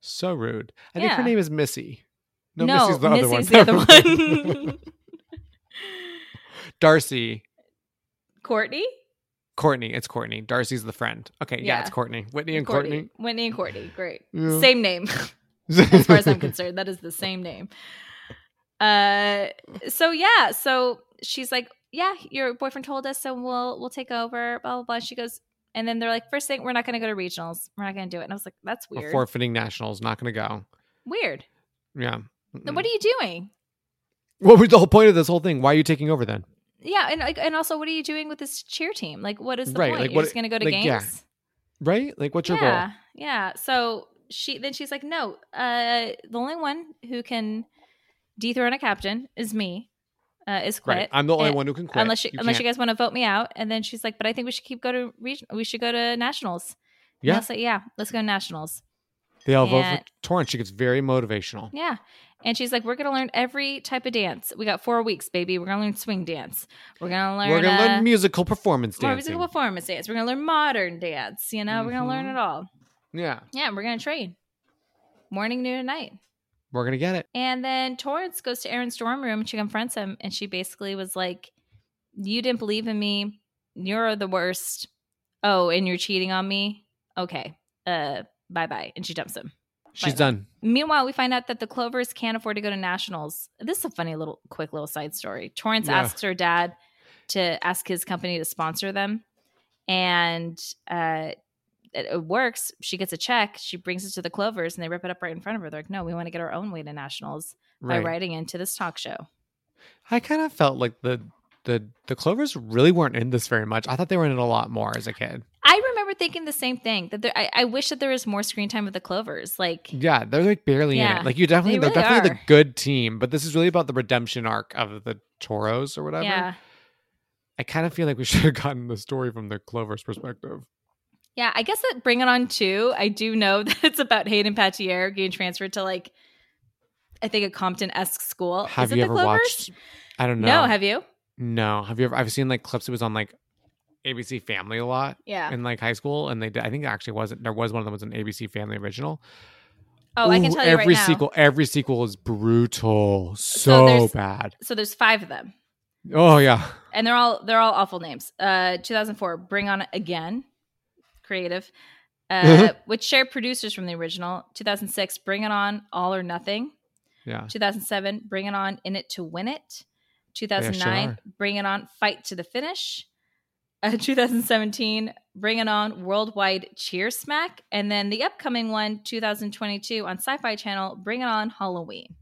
Speaker 2: So rude. I think her
Speaker 1: Yeah.
Speaker 2: name is Missy. No,
Speaker 1: no,
Speaker 2: Missy's the other one.
Speaker 1: Missy's the other one.
Speaker 2: Darcy.
Speaker 1: Courtney,
Speaker 2: Courtney. It's Courtney. Darcy's the friend. Okay. Yeah,
Speaker 1: Yeah.
Speaker 2: it's Courtney. Whitney and Courtney.
Speaker 1: Whitney and Courtney. Great,
Speaker 2: Yeah.
Speaker 1: same name. as far as I'm concerned. That is the same name. Uh, so yeah, so she's like, yeah, your boyfriend told us, so we'll we'll take over. Blah blah blah. She goes, and then they're like, first thing, we're not going to go to regionals. We're not going to do it. And I was like, that's
Speaker 2: We're
Speaker 1: weird.
Speaker 2: forfeiting nationals. Not going to go.
Speaker 1: weird.
Speaker 2: Yeah.
Speaker 1: Then
Speaker 2: Mm-mm.
Speaker 1: What are you doing?
Speaker 2: what was the whole point of this whole thing? Why are you taking over then?
Speaker 1: Yeah, and like, and also, what are you doing with this cheer team? Like, what is the
Speaker 2: Right,
Speaker 1: point?
Speaker 2: like,
Speaker 1: You're
Speaker 2: what-
Speaker 1: just going to go to
Speaker 2: like,
Speaker 1: games?
Speaker 2: yeah. Right? Like, what's your
Speaker 1: yeah,
Speaker 2: goal?
Speaker 1: yeah. So she then she's like, no, uh, the only one who can dethrone a captain is me. Uh, is quit.
Speaker 2: Right. I'm the only
Speaker 1: And-
Speaker 2: one who can quit.
Speaker 1: unless you, unless you
Speaker 2: can't-
Speaker 1: guys want to vote me out. And then she's like, but I think we should keep go to region. We should go to nationals. And I
Speaker 2: Yeah.
Speaker 1: was like, yeah, let's go to nationals.
Speaker 2: They all vote for
Speaker 1: can't-
Speaker 2: Torrance. She gets very motivational.
Speaker 1: Yeah. And she's like, we're gonna learn every type of dance. We got four weeks, baby. We're gonna learn swing dance. We're gonna learn.
Speaker 2: We're going to
Speaker 1: uh,
Speaker 2: learn musical performance
Speaker 1: more
Speaker 2: dancing.
Speaker 1: musical performance dance. We're gonna learn modern dance. You know, we're gonna learn
Speaker 2: Mhm.
Speaker 1: it all.
Speaker 2: yeah.
Speaker 1: Yeah, and we're gonna train, morning, noon, and night.
Speaker 2: We're going to get it.
Speaker 1: And then Torrance goes to Aaron's dorm room and she confronts him and she basically was like, You didn't believe in me. You're the worst. Oh, and you're cheating on me? Okay. Uh bye bye. And she dumps him.
Speaker 2: She's
Speaker 1: Right.
Speaker 2: done.
Speaker 1: Meanwhile, we find out that the Clovers can't afford to go to nationals. This is a funny little quick little side story. Torrance
Speaker 2: Yeah.
Speaker 1: asks her dad to ask his company to sponsor them. And uh it it works. She gets a check. She brings it to the Clovers, and they rip it up right in front of her. They're like, "No, we want to get our own way to nationals."
Speaker 2: Right.
Speaker 1: by writing into this talk show.
Speaker 2: I kind of felt like the the the Clovers really weren't in this very much. I thought they were in it a lot more as a kid.
Speaker 1: I remember thinking the same thing that there, I, I wish that there was more screen time with the Clovers. Like,
Speaker 2: Yeah, they're like barely in
Speaker 1: Yeah,
Speaker 2: it. Like you definitely
Speaker 1: they
Speaker 2: they're
Speaker 1: really
Speaker 2: definitely
Speaker 1: are.
Speaker 2: the good team, but this is really about the redemption arc of the Toros or whatever.
Speaker 1: yeah,
Speaker 2: I kind of feel like we should have gotten the story from the Clovers perspective.
Speaker 1: yeah. I guess that Bring It On too. I do know that it's about Hayden Patier getting transferred to like, I think a Compton esque school. Is
Speaker 2: Have
Speaker 1: it
Speaker 2: you
Speaker 1: the
Speaker 2: ever
Speaker 1: Clovers?
Speaker 2: watched I don't know.
Speaker 1: No. have you?
Speaker 2: No. Have you ever I've seen like clips it was on like ABC Family a lot
Speaker 1: Yeah.
Speaker 2: in like high school and they did, I think it actually wasn't there was one of them was an ABC Family original.
Speaker 1: Oh, I can
Speaker 2: Ooh,
Speaker 1: tell you
Speaker 2: every
Speaker 1: right
Speaker 2: sequel every sequel is brutal. So
Speaker 1: there's-
Speaker 2: bad.
Speaker 1: now. So there's five of them,
Speaker 2: Oh yeah.
Speaker 1: and they're all they're all awful names. Uh, 2004, Bring On Again, creative. Uh,
Speaker 2: Mm-hmm.
Speaker 1: which shared producers from the original 2006 bring it on all or nothing
Speaker 2: Yeah.
Speaker 1: 2007, Bring It On, In It to Win It.
Speaker 2: sure
Speaker 1: 2009,
Speaker 2: are.
Speaker 1: Bring It On, Fight to the Finish. uh, 2017, bringing on worldwide Cheer Smack, and then the upcoming one, 2022, on Sci Fi Channel, Bring It On Halloween.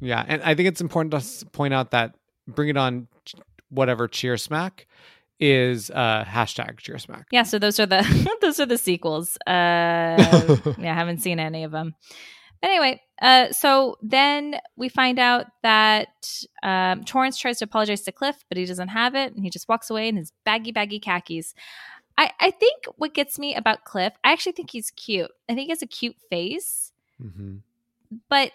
Speaker 2: Yeah, and I think it's important to s- point out that Bring It On, ch- whatever Cheer Smack, is uh, hashtag Cheer Smack.
Speaker 1: Yeah, so those are the those are the sequels. Uh, yeah, I haven't seen any of them. But anyway, uh, so then we find out that um, Torrance tries to apologize to Cliff, but he doesn't have it, and he just walks away in his baggy, baggy khakis. I, I think what gets me about Cliff, I actually think he's cute. I think he has a cute face,
Speaker 2: Mm-hmm.
Speaker 1: but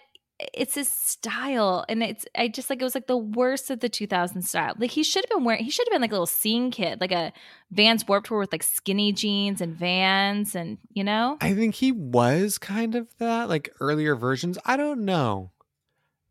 Speaker 1: it's his style, and it's I just like it was like the worst of the 2000 style. Like he should have been wearing, he should have been like a little scene kid, like a Vans Warped Tour with like skinny jeans and Vans, and you know.
Speaker 2: I think he was kind of that, like earlier versions. I don't know.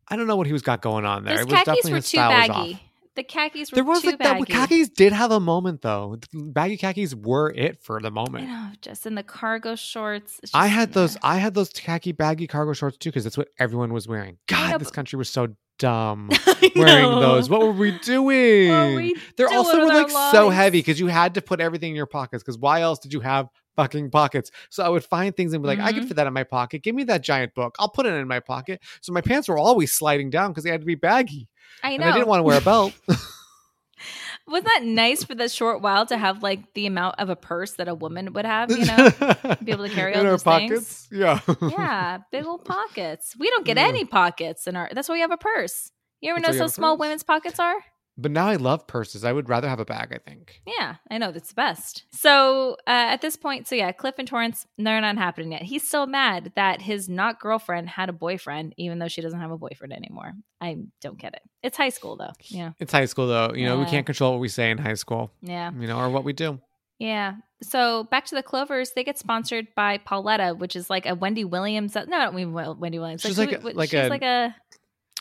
Speaker 2: I don't know what he was got going on there.
Speaker 1: Those
Speaker 2: it was
Speaker 1: khakis
Speaker 2: definitely
Speaker 1: were
Speaker 2: his
Speaker 1: too
Speaker 2: style was off.
Speaker 1: baggy. The khakis were
Speaker 2: There was
Speaker 1: too
Speaker 2: like that.
Speaker 1: baggy.
Speaker 2: Khakis did have a moment though. Baggy khakis were it for the
Speaker 1: You
Speaker 2: moment.
Speaker 1: know, just in the cargo shorts. It's
Speaker 2: I
Speaker 1: just-
Speaker 2: had those.
Speaker 1: yeah.
Speaker 2: I had those khaki baggy cargo shorts too, because that's what everyone was wearing. God,
Speaker 1: know,
Speaker 2: this
Speaker 1: but-
Speaker 2: country was so dumb
Speaker 1: I
Speaker 2: wearing
Speaker 1: know.
Speaker 2: those. What were we doing?
Speaker 1: What were we
Speaker 2: They're
Speaker 1: doing
Speaker 2: also
Speaker 1: with
Speaker 2: were
Speaker 1: our
Speaker 2: like so
Speaker 1: lives?
Speaker 2: heavy because you had to put everything in your pockets. Because why else did you have fucking pockets? So I would find things and be like, I
Speaker 1: Mm-hmm.
Speaker 2: can fit that in my pocket. Give me that giant book. I'll put it in my pocket. So my pants were always sliding down because they had to be baggy,
Speaker 1: I
Speaker 2: and
Speaker 1: know.
Speaker 2: I didn't want to wear a belt.
Speaker 1: Wasn't that nice for the short while to have like the amount of a purse that a woman would have? You know, be able to carry all
Speaker 2: in our
Speaker 1: those
Speaker 2: pockets. Yeah.
Speaker 1: things. Yeah, big old pockets. We don't get
Speaker 2: Yeah.
Speaker 1: any pockets in our. That's why we have a purse. You ever
Speaker 2: That's why
Speaker 1: notice
Speaker 2: you
Speaker 1: how
Speaker 2: have a
Speaker 1: small
Speaker 2: purse?
Speaker 1: women's pockets are?
Speaker 2: But now I love purses. I would rather have a bag. I think.
Speaker 1: Yeah, I know that's the best. So uh, at this point, so yeah, Cliff and Torrance, they're not happening yet. He's still mad that his not girlfriend had a boyfriend, even though she doesn't have a boyfriend anymore. I don't get it. It's high school though. Yeah,
Speaker 2: It's high school though. You know, we
Speaker 1: Yeah.
Speaker 2: can't control what we say in high school.
Speaker 1: yeah,
Speaker 2: You know, or what we do.
Speaker 1: yeah. So back to the Clovers, they get sponsored by Pauletta, which is like a Wendy Williams. No, not Wendy Wil- Wendy Williams.
Speaker 2: She's like
Speaker 1: who-
Speaker 2: a- like
Speaker 1: she's
Speaker 2: a-
Speaker 1: like a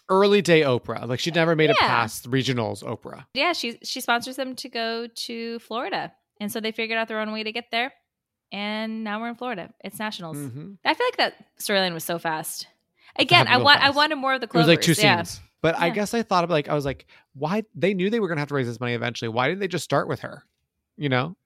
Speaker 2: Early day Oprah. Like she never made it
Speaker 1: Yeah.
Speaker 2: past regionals Oprah.
Speaker 1: yeah. She she sponsors them to go to Florida, and so they figured out their own way to get there. And now we're in Florida. It's nationals.
Speaker 2: Mhm.
Speaker 1: I feel like that storyline was so fast. Again, I
Speaker 2: happened real
Speaker 1: want I
Speaker 2: fast.
Speaker 1: wanted more of the
Speaker 2: It was
Speaker 1: clovers.
Speaker 2: like two
Speaker 1: yeah.
Speaker 2: scenes. But I
Speaker 1: Yeah.
Speaker 2: guess I thought of like I was like, why they knew they were gonna have to raise this money eventually. Why didn't they just start with her? You know?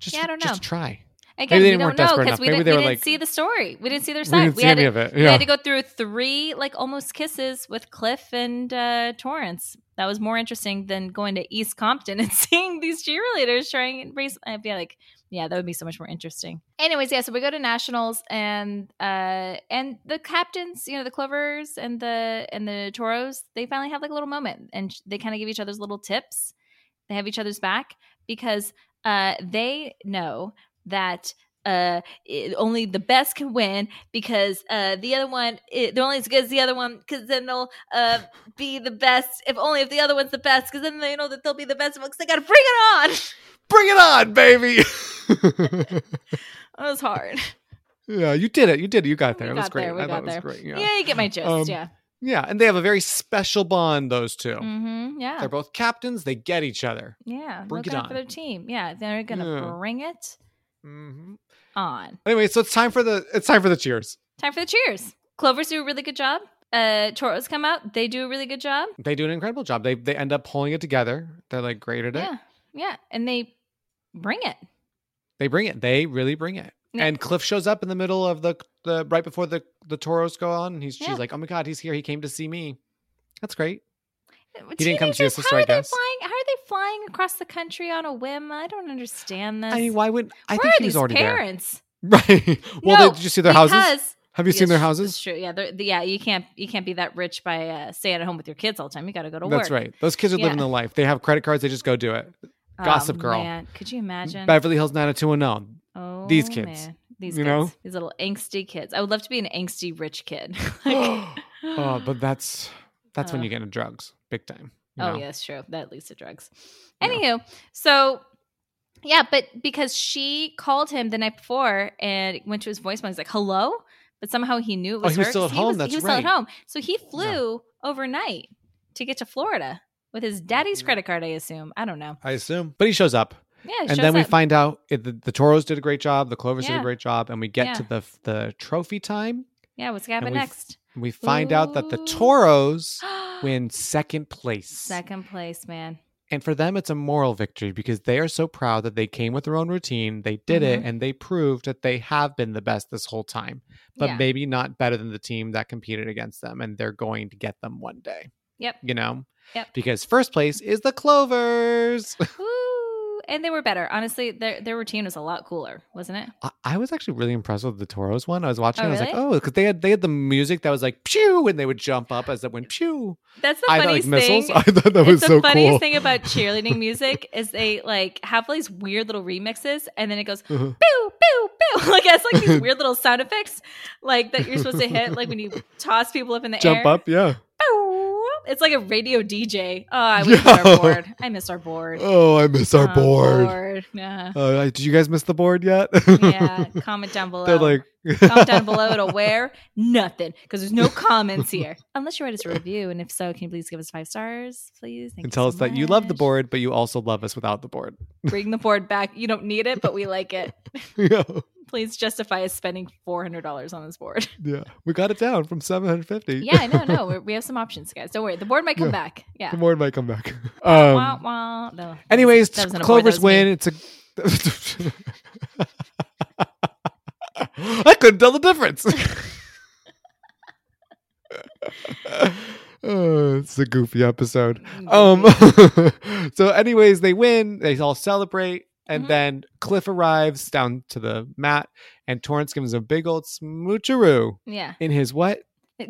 Speaker 2: Just,
Speaker 1: Yeah, I don't know.
Speaker 2: just try.
Speaker 1: Again,
Speaker 2: Maybe they
Speaker 1: we don't
Speaker 2: weren't
Speaker 1: know
Speaker 2: desperate
Speaker 1: because
Speaker 2: enough.
Speaker 1: we
Speaker 2: Maybe
Speaker 1: didn't,
Speaker 2: they
Speaker 1: we
Speaker 2: were
Speaker 1: didn't
Speaker 2: like-
Speaker 1: see the story. We didn't see their
Speaker 2: We
Speaker 1: side.
Speaker 2: didn't
Speaker 1: We,
Speaker 2: see
Speaker 1: had
Speaker 2: any
Speaker 1: to,
Speaker 2: of it.
Speaker 1: we had
Speaker 2: Yeah.
Speaker 1: to go through three like almost kisses with Cliff and uh, Torrance. That was more interesting than going to East Compton and seeing these cheerleaders trying and raise. I'd be like, yeah, that would be so much more interesting. Anyways, yeah, so we go to nationals and uh and the captains, you know, the Clovers and the and the Toros, they finally have like a little moment and sh- they kind of give each other's little tips. They have each other's back because uh they know that uh it, only the best can win because uh the other one it, they're only as good as the other one because then they'll uh be the best if only if the other one's the best because then they know that they'll be the best because they gotta bring it on
Speaker 2: Bring it on, baby.
Speaker 1: that was hard
Speaker 2: yeah, you did it. You did it. You got there.
Speaker 1: We
Speaker 2: it was
Speaker 1: got
Speaker 2: great.
Speaker 1: there. We
Speaker 2: I
Speaker 1: got
Speaker 2: thought it was
Speaker 1: there.
Speaker 2: great.
Speaker 1: Yeah,
Speaker 2: Yeah.
Speaker 1: you get my gist.
Speaker 2: Um,
Speaker 1: yeah.
Speaker 2: Yeah, and they have a very special bond, those 2
Speaker 1: Mm-hmm. Yeah.
Speaker 2: They're both captains. They get each other.
Speaker 1: Yeah.
Speaker 2: bring
Speaker 1: Looking
Speaker 2: it
Speaker 1: out for
Speaker 2: on.
Speaker 1: their team. Yeah. They're gonna
Speaker 2: Yeah.
Speaker 1: bring it
Speaker 2: hmm
Speaker 1: on.
Speaker 2: Anyway, so it's time for the it's time for the cheers.
Speaker 1: Time for the cheers. Clovers do a really good job. Uh Toros come out. They do a really good job.
Speaker 2: They do an incredible job. They they end up pulling it together. They're like great at it.
Speaker 1: Yeah. Yeah. And they bring it.
Speaker 2: They bring it. They really bring it.
Speaker 1: Yeah.
Speaker 2: And Cliff shows up in the middle of the the right before the the Toros go on, and he's
Speaker 1: Yeah.
Speaker 2: she's like, "Oh my god, he's here. He came to see me." That's great.
Speaker 1: He
Speaker 2: didn't come see us, so
Speaker 1: how
Speaker 2: I
Speaker 1: are they
Speaker 2: guess.
Speaker 1: flying? How are they flying across the country on a whim? I don't understand this.
Speaker 2: I mean, why wouldn't I
Speaker 1: Where
Speaker 2: think
Speaker 1: are
Speaker 2: he was
Speaker 1: these
Speaker 2: already
Speaker 1: parents?
Speaker 2: there? Right. well,
Speaker 1: No,
Speaker 2: they, did you see their houses?
Speaker 1: Because
Speaker 2: Have you seen their
Speaker 1: Yes, That's
Speaker 2: houses?
Speaker 1: true. Yeah, they're- yeah. You can't you can't be that rich by uh, staying at home with your kids all the time. You got to go to work.
Speaker 2: That's right. Those kids are living
Speaker 1: Yeah.
Speaker 2: the life. They have credit cards. They just go do it.
Speaker 1: Oh,
Speaker 2: Gossip Girl.
Speaker 1: man. Could you imagine?
Speaker 2: Beverly Hills 90210.
Speaker 1: oh,
Speaker 2: these kids,
Speaker 1: man. These
Speaker 2: you
Speaker 1: kids.
Speaker 2: know?
Speaker 1: These little angsty kids. I would love to be an angsty rich kid.
Speaker 2: oh, but that's that's when
Speaker 1: Uh.
Speaker 2: you get into drugs, big time. you
Speaker 1: Oh,
Speaker 2: know?
Speaker 1: yeah, that's true. That leads to drugs.
Speaker 2: Yeah.
Speaker 1: Anywho, so yeah, but because she called him the night before and went to his voicemail, he's like, hello? But somehow he knew it was
Speaker 2: Oh, he was
Speaker 1: her,
Speaker 2: still
Speaker 1: 'cause
Speaker 2: at home,
Speaker 1: was-
Speaker 2: that's
Speaker 1: he was still
Speaker 2: right.
Speaker 1: at home. So he flew overnight to get to Florida with
Speaker 2: Oh,
Speaker 1: his daddy's credit card, I assume. I don't know.
Speaker 2: I assume. But he shows up,
Speaker 1: Yeah,
Speaker 2: and then we
Speaker 1: find
Speaker 2: find out it, the, the Toros did a great job, the Clovers did
Speaker 1: Yeah.
Speaker 2: a great job, and we get
Speaker 1: Yeah.
Speaker 2: to the the trophy time.
Speaker 1: yeah, what's gonna happen
Speaker 2: we f-
Speaker 1: next?
Speaker 2: And we find out that the
Speaker 1: Ooh.
Speaker 2: Toros win second place.
Speaker 1: Second place, man.
Speaker 2: And for them, it's a moral victory because they are so proud that they came with their own routine, they did
Speaker 1: Mm-hmm.
Speaker 2: it, and they proved that they have been the best this whole time, but
Speaker 1: Yeah.
Speaker 2: maybe not better than the team that competed against them. And they're going to get them one day,
Speaker 1: Yep.
Speaker 2: you know?
Speaker 1: Yep.
Speaker 2: Because first place is the Clovers.
Speaker 1: Woo! And they were better. Honestly, their their routine was a lot cooler, wasn't it?
Speaker 2: I, I was actually really impressed with the Toros one. I was watching,
Speaker 1: Oh,
Speaker 2: I was like,
Speaker 1: really?
Speaker 2: oh, because they had they had the music that was like pew, and they would jump up as it went pew.
Speaker 1: That's the
Speaker 2: I thought like
Speaker 1: funniest
Speaker 2: missiles.
Speaker 1: thing.
Speaker 2: I thought that was
Speaker 1: it's the
Speaker 2: so
Speaker 1: funniest
Speaker 2: cool.
Speaker 1: thing about cheerleading music is they like have all these weird little remixes, and then it goes
Speaker 2: Uh-huh.
Speaker 1: boo boo boo. Like it's like these weird little sound effects, like that you're supposed to hit, like when you toss people up in the air.
Speaker 2: Jump up, yeah.
Speaker 1: Boo. It's like a radio DJ. Oh, I miss our
Speaker 2: Yo.
Speaker 1: board. I miss our board.
Speaker 2: Oh, I miss our
Speaker 1: Oh,
Speaker 2: board.
Speaker 1: board. Yeah.
Speaker 2: Uh, I- did you guys miss the board yet?
Speaker 1: yeah. Comment down below.
Speaker 2: They're like,
Speaker 1: comment down below to where nothing because there's no comments here unless you write us a review and if so can you please give us five stars please Thank
Speaker 2: and tell
Speaker 1: so
Speaker 2: us that you love the
Speaker 1: much.
Speaker 2: board, but you also love us without the board.
Speaker 1: bring the board back you don't need it but we like it
Speaker 2: yeah,
Speaker 1: please justify us spending $400 on this board
Speaker 2: yeah. We got it down from 750.
Speaker 1: yeah no no we're, we have some options guys don't worry the board might come
Speaker 2: Yeah.
Speaker 1: back yeah
Speaker 2: the board might come back.
Speaker 1: Wah,
Speaker 2: Um,
Speaker 1: wah. No, that was-
Speaker 2: anyways,
Speaker 1: that wasn't a board, that
Speaker 2: Clovers
Speaker 1: was me.
Speaker 2: win. It's a. I couldn't tell the difference. oh, it's a goofy episode. Um. so, anyways, they win. They all celebrate, and
Speaker 1: Mhm.
Speaker 2: then Cliff arrives down to the mat, and Torrance gives him a big old smoocheroo
Speaker 1: yeah
Speaker 2: in his what?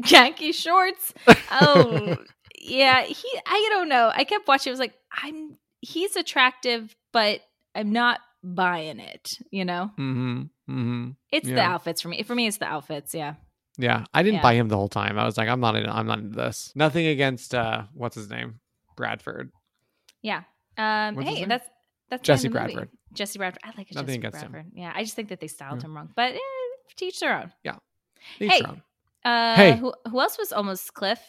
Speaker 1: khaki shorts oh yeah he i don't know i kept watching i was like i'm he's attractive but i'm not buying it you know
Speaker 2: Mm-hmm. Mm-hmm.
Speaker 1: it's the
Speaker 2: Yeah.
Speaker 1: outfits for me for me it's the outfits yeah
Speaker 2: Yeah, I didn't
Speaker 1: Yeah.
Speaker 2: buy him the whole time. I was like, I'm not. In, I'm not into this. Nothing against uh, what's his name, Bradford.
Speaker 1: yeah um
Speaker 2: What's his
Speaker 1: hey
Speaker 2: name?
Speaker 1: that's that's
Speaker 2: Jesse
Speaker 1: the name of the movie.
Speaker 2: Bradford.
Speaker 1: jesse bradford i like a
Speaker 2: Nothing
Speaker 1: jesse
Speaker 2: against him.
Speaker 1: bradford yeah i just think that they styled
Speaker 2: Yeah.
Speaker 1: him wrong but eh, teach their own
Speaker 2: He's
Speaker 1: Hey.
Speaker 2: strong.
Speaker 1: uh
Speaker 2: Hey.
Speaker 1: who, who else was almost cliff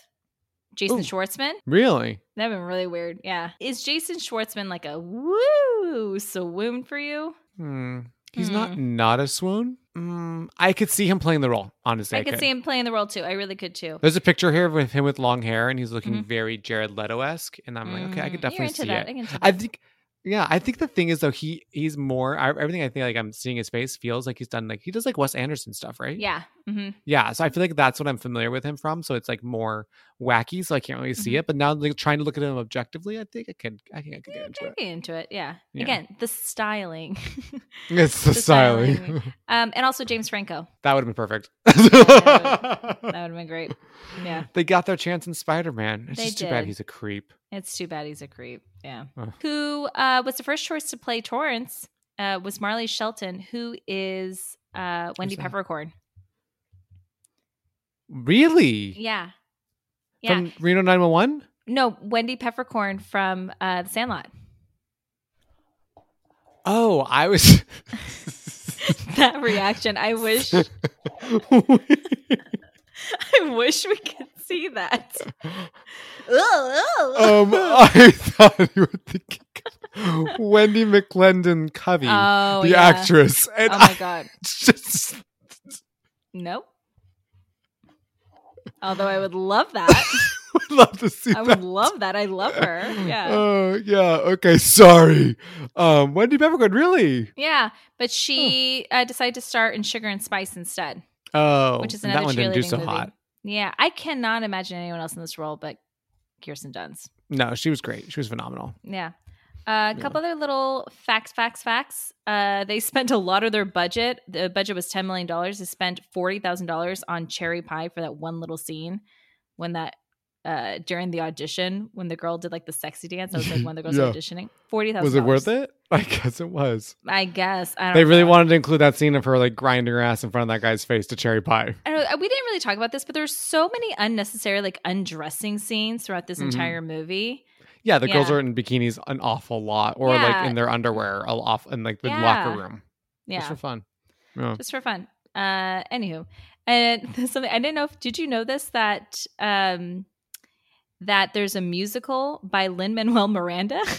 Speaker 1: jason
Speaker 2: Ooh.
Speaker 1: schwartzman
Speaker 2: Really?
Speaker 1: that'd been really weird yeah is jason schwartzman like a woo swoon for you
Speaker 2: Hmm. He's not not a swoon. Mm, I could see him playing the role. Honestly,
Speaker 1: I could see him playing the role too. I really could too.
Speaker 2: There's a picture here with him with long hair, and he's looking
Speaker 1: Mhm.
Speaker 2: very Jared Leto esque. And I'm like, okay, I
Speaker 1: Mm,
Speaker 2: could definitely
Speaker 1: You're into
Speaker 2: see
Speaker 1: that.
Speaker 2: it.
Speaker 1: I, can see
Speaker 2: I
Speaker 1: that.
Speaker 2: think, yeah, I think the thing is though, he he's more I, everything. I think like I'm seeing his face feels like he's done like he does like Wes Anderson stuff, right?
Speaker 1: yeah. hmm
Speaker 2: yeah. So I feel like that's what I'm familiar with him from. So it's like more wacky, so I can't really
Speaker 1: Mm-hmm.
Speaker 2: see it. But now like trying to look at him objectively, I think I can I think I can
Speaker 1: Yeah,
Speaker 2: get into
Speaker 1: I'm
Speaker 2: it.
Speaker 1: getting into it. Yeah.
Speaker 2: Yeah.
Speaker 1: Again, the styling.
Speaker 2: It's the,
Speaker 1: The
Speaker 2: styling.
Speaker 1: styling. um, and also James Franco.
Speaker 2: that would have been perfect.
Speaker 1: That would have been great. Yeah.
Speaker 2: They got their chance in Spider Man. It's
Speaker 1: They
Speaker 2: just too bad
Speaker 1: did.
Speaker 2: he's a creep.
Speaker 1: It's too bad he's a creep. Yeah.
Speaker 2: Ugh.
Speaker 1: Who uh, was the first choice to play Torrance uh, was Marley Shelton, who is uh, Wendy
Speaker 2: that?
Speaker 1: Peppercorn.
Speaker 2: Really?
Speaker 1: Yeah. Yeah.
Speaker 2: From Reno 911?
Speaker 1: no, Wendy Peppercorn from uh, The Sandlot.
Speaker 2: Oh, I was.
Speaker 1: that reaction. I wish. I wish we could see that.
Speaker 2: um, I thought you were thinking of Wendy McClendon Covey,
Speaker 1: oh,
Speaker 2: the
Speaker 1: yeah.
Speaker 2: actress, and
Speaker 1: Oh
Speaker 2: I
Speaker 1: my god.
Speaker 2: just
Speaker 1: Nope. Although I would love that.
Speaker 2: would love to see
Speaker 1: I
Speaker 2: that.
Speaker 1: would love that. I love her. Yeah.
Speaker 2: Oh yeah. Okay. Sorry. Um, Wendy Peppercorn. Really?
Speaker 1: Yeah, but she uh, decided to start in Sugar and Spice instead,
Speaker 2: Oh,
Speaker 1: which is
Speaker 2: and
Speaker 1: another
Speaker 2: that one
Speaker 1: cheerleading
Speaker 2: didn't do so
Speaker 1: movie.
Speaker 2: hot.
Speaker 1: Yeah, I cannot imagine anyone else in this role but Kirsten Dunst.
Speaker 2: No, she was great. She was phenomenal.
Speaker 1: Yeah. Uh, a couple other little facts, facts, facts. Uh, they spent a lot of their budget. The budget was ten million dollars. They spent forty thousand dollars on cherry pie for that one little scene when that uh, during the audition when the girl did like the sexy dance. I was like one of the girls
Speaker 2: Yeah.
Speaker 1: auditioning. Forty thousand.
Speaker 2: Was it worth it? I guess it was.
Speaker 1: I guess I don't.
Speaker 2: They really
Speaker 1: know.
Speaker 2: wanted to include that scene of her like grinding her ass in front of that guy's face to cherry pie.
Speaker 1: I don't know, uh, we didn't really talk about this, but there's so many unnecessary like undressing scenes throughout this
Speaker 2: Mhm.
Speaker 1: entire movie.
Speaker 2: Yeah, the girls
Speaker 1: Yeah.
Speaker 2: are in bikinis an awful lot, or
Speaker 1: Yeah.
Speaker 2: like in their underwear, all off in like the
Speaker 1: Yeah.
Speaker 2: locker room,
Speaker 1: Yeah,
Speaker 2: just for fun. Yeah.
Speaker 1: just for fun. Uh, anywho, and something I didn't know. If, did you know this that um, that there's a musical by Lin Manuel Miranda?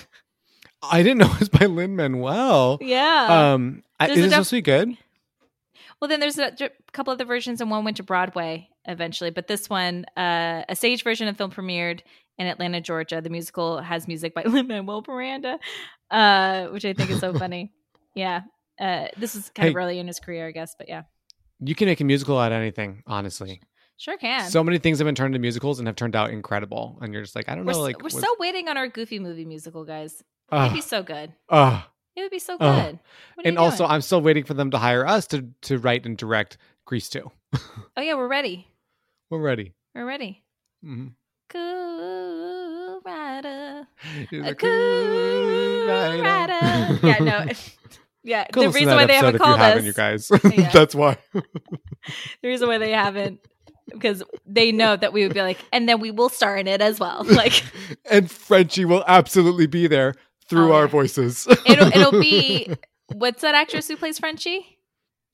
Speaker 2: Oh, I didn't know it was by Lin Manuel.
Speaker 1: yeah.
Speaker 2: Um, I,
Speaker 1: there's
Speaker 2: is
Speaker 1: a
Speaker 2: it
Speaker 1: def-
Speaker 2: supposed to be good?
Speaker 1: well, then there's a, a couple other versions, and one went to Broadway eventually. But this one, uh, a stage version of the film premiered in Atlanta, Georgia. The musical has music by Lin Manuel Miranda, uh, which I think is so funny. Yeah, uh, this is kind of
Speaker 2: Hey.
Speaker 1: early in his career, I guess, but yeah,
Speaker 2: You can make a musical out of anything, honestly.
Speaker 1: sure can.
Speaker 2: So many things have been turned into musicals and have turned out incredible. And you're just like, I don't
Speaker 1: we're
Speaker 2: know,
Speaker 1: s-
Speaker 2: like
Speaker 1: we're
Speaker 2: what's-
Speaker 1: still waiting on our Goofy movie musical, guys. It'd
Speaker 2: Ugh,
Speaker 1: be so good.
Speaker 2: ugh.
Speaker 1: It would be so good.
Speaker 2: Ugh.
Speaker 1: What are
Speaker 2: and
Speaker 1: you
Speaker 2: also
Speaker 1: doing?
Speaker 2: I'm still waiting for them to hire us to to write and direct Grease 2.
Speaker 1: oh yeah, we're ready.
Speaker 2: We're ready.
Speaker 1: We're ready.
Speaker 2: Mhm.
Speaker 1: Cool rider.
Speaker 2: He's
Speaker 1: A
Speaker 2: a
Speaker 1: cool rider. yeah, no. Yeah,
Speaker 2: Go
Speaker 1: the
Speaker 2: listen to
Speaker 1: reason
Speaker 2: that
Speaker 1: why they haven't
Speaker 2: episode if you
Speaker 1: called
Speaker 2: haven't,
Speaker 1: us,
Speaker 2: you guys.
Speaker 1: Yeah.
Speaker 2: That's why.
Speaker 1: the reason why they haven't, because they know that we would be like, and then we will star in it as well. Like
Speaker 2: and Frenchie will absolutely be there through
Speaker 1: Oh,
Speaker 2: our
Speaker 1: yeah.
Speaker 2: voices.
Speaker 1: it'll it'll be what's that actress who plays Frenchie?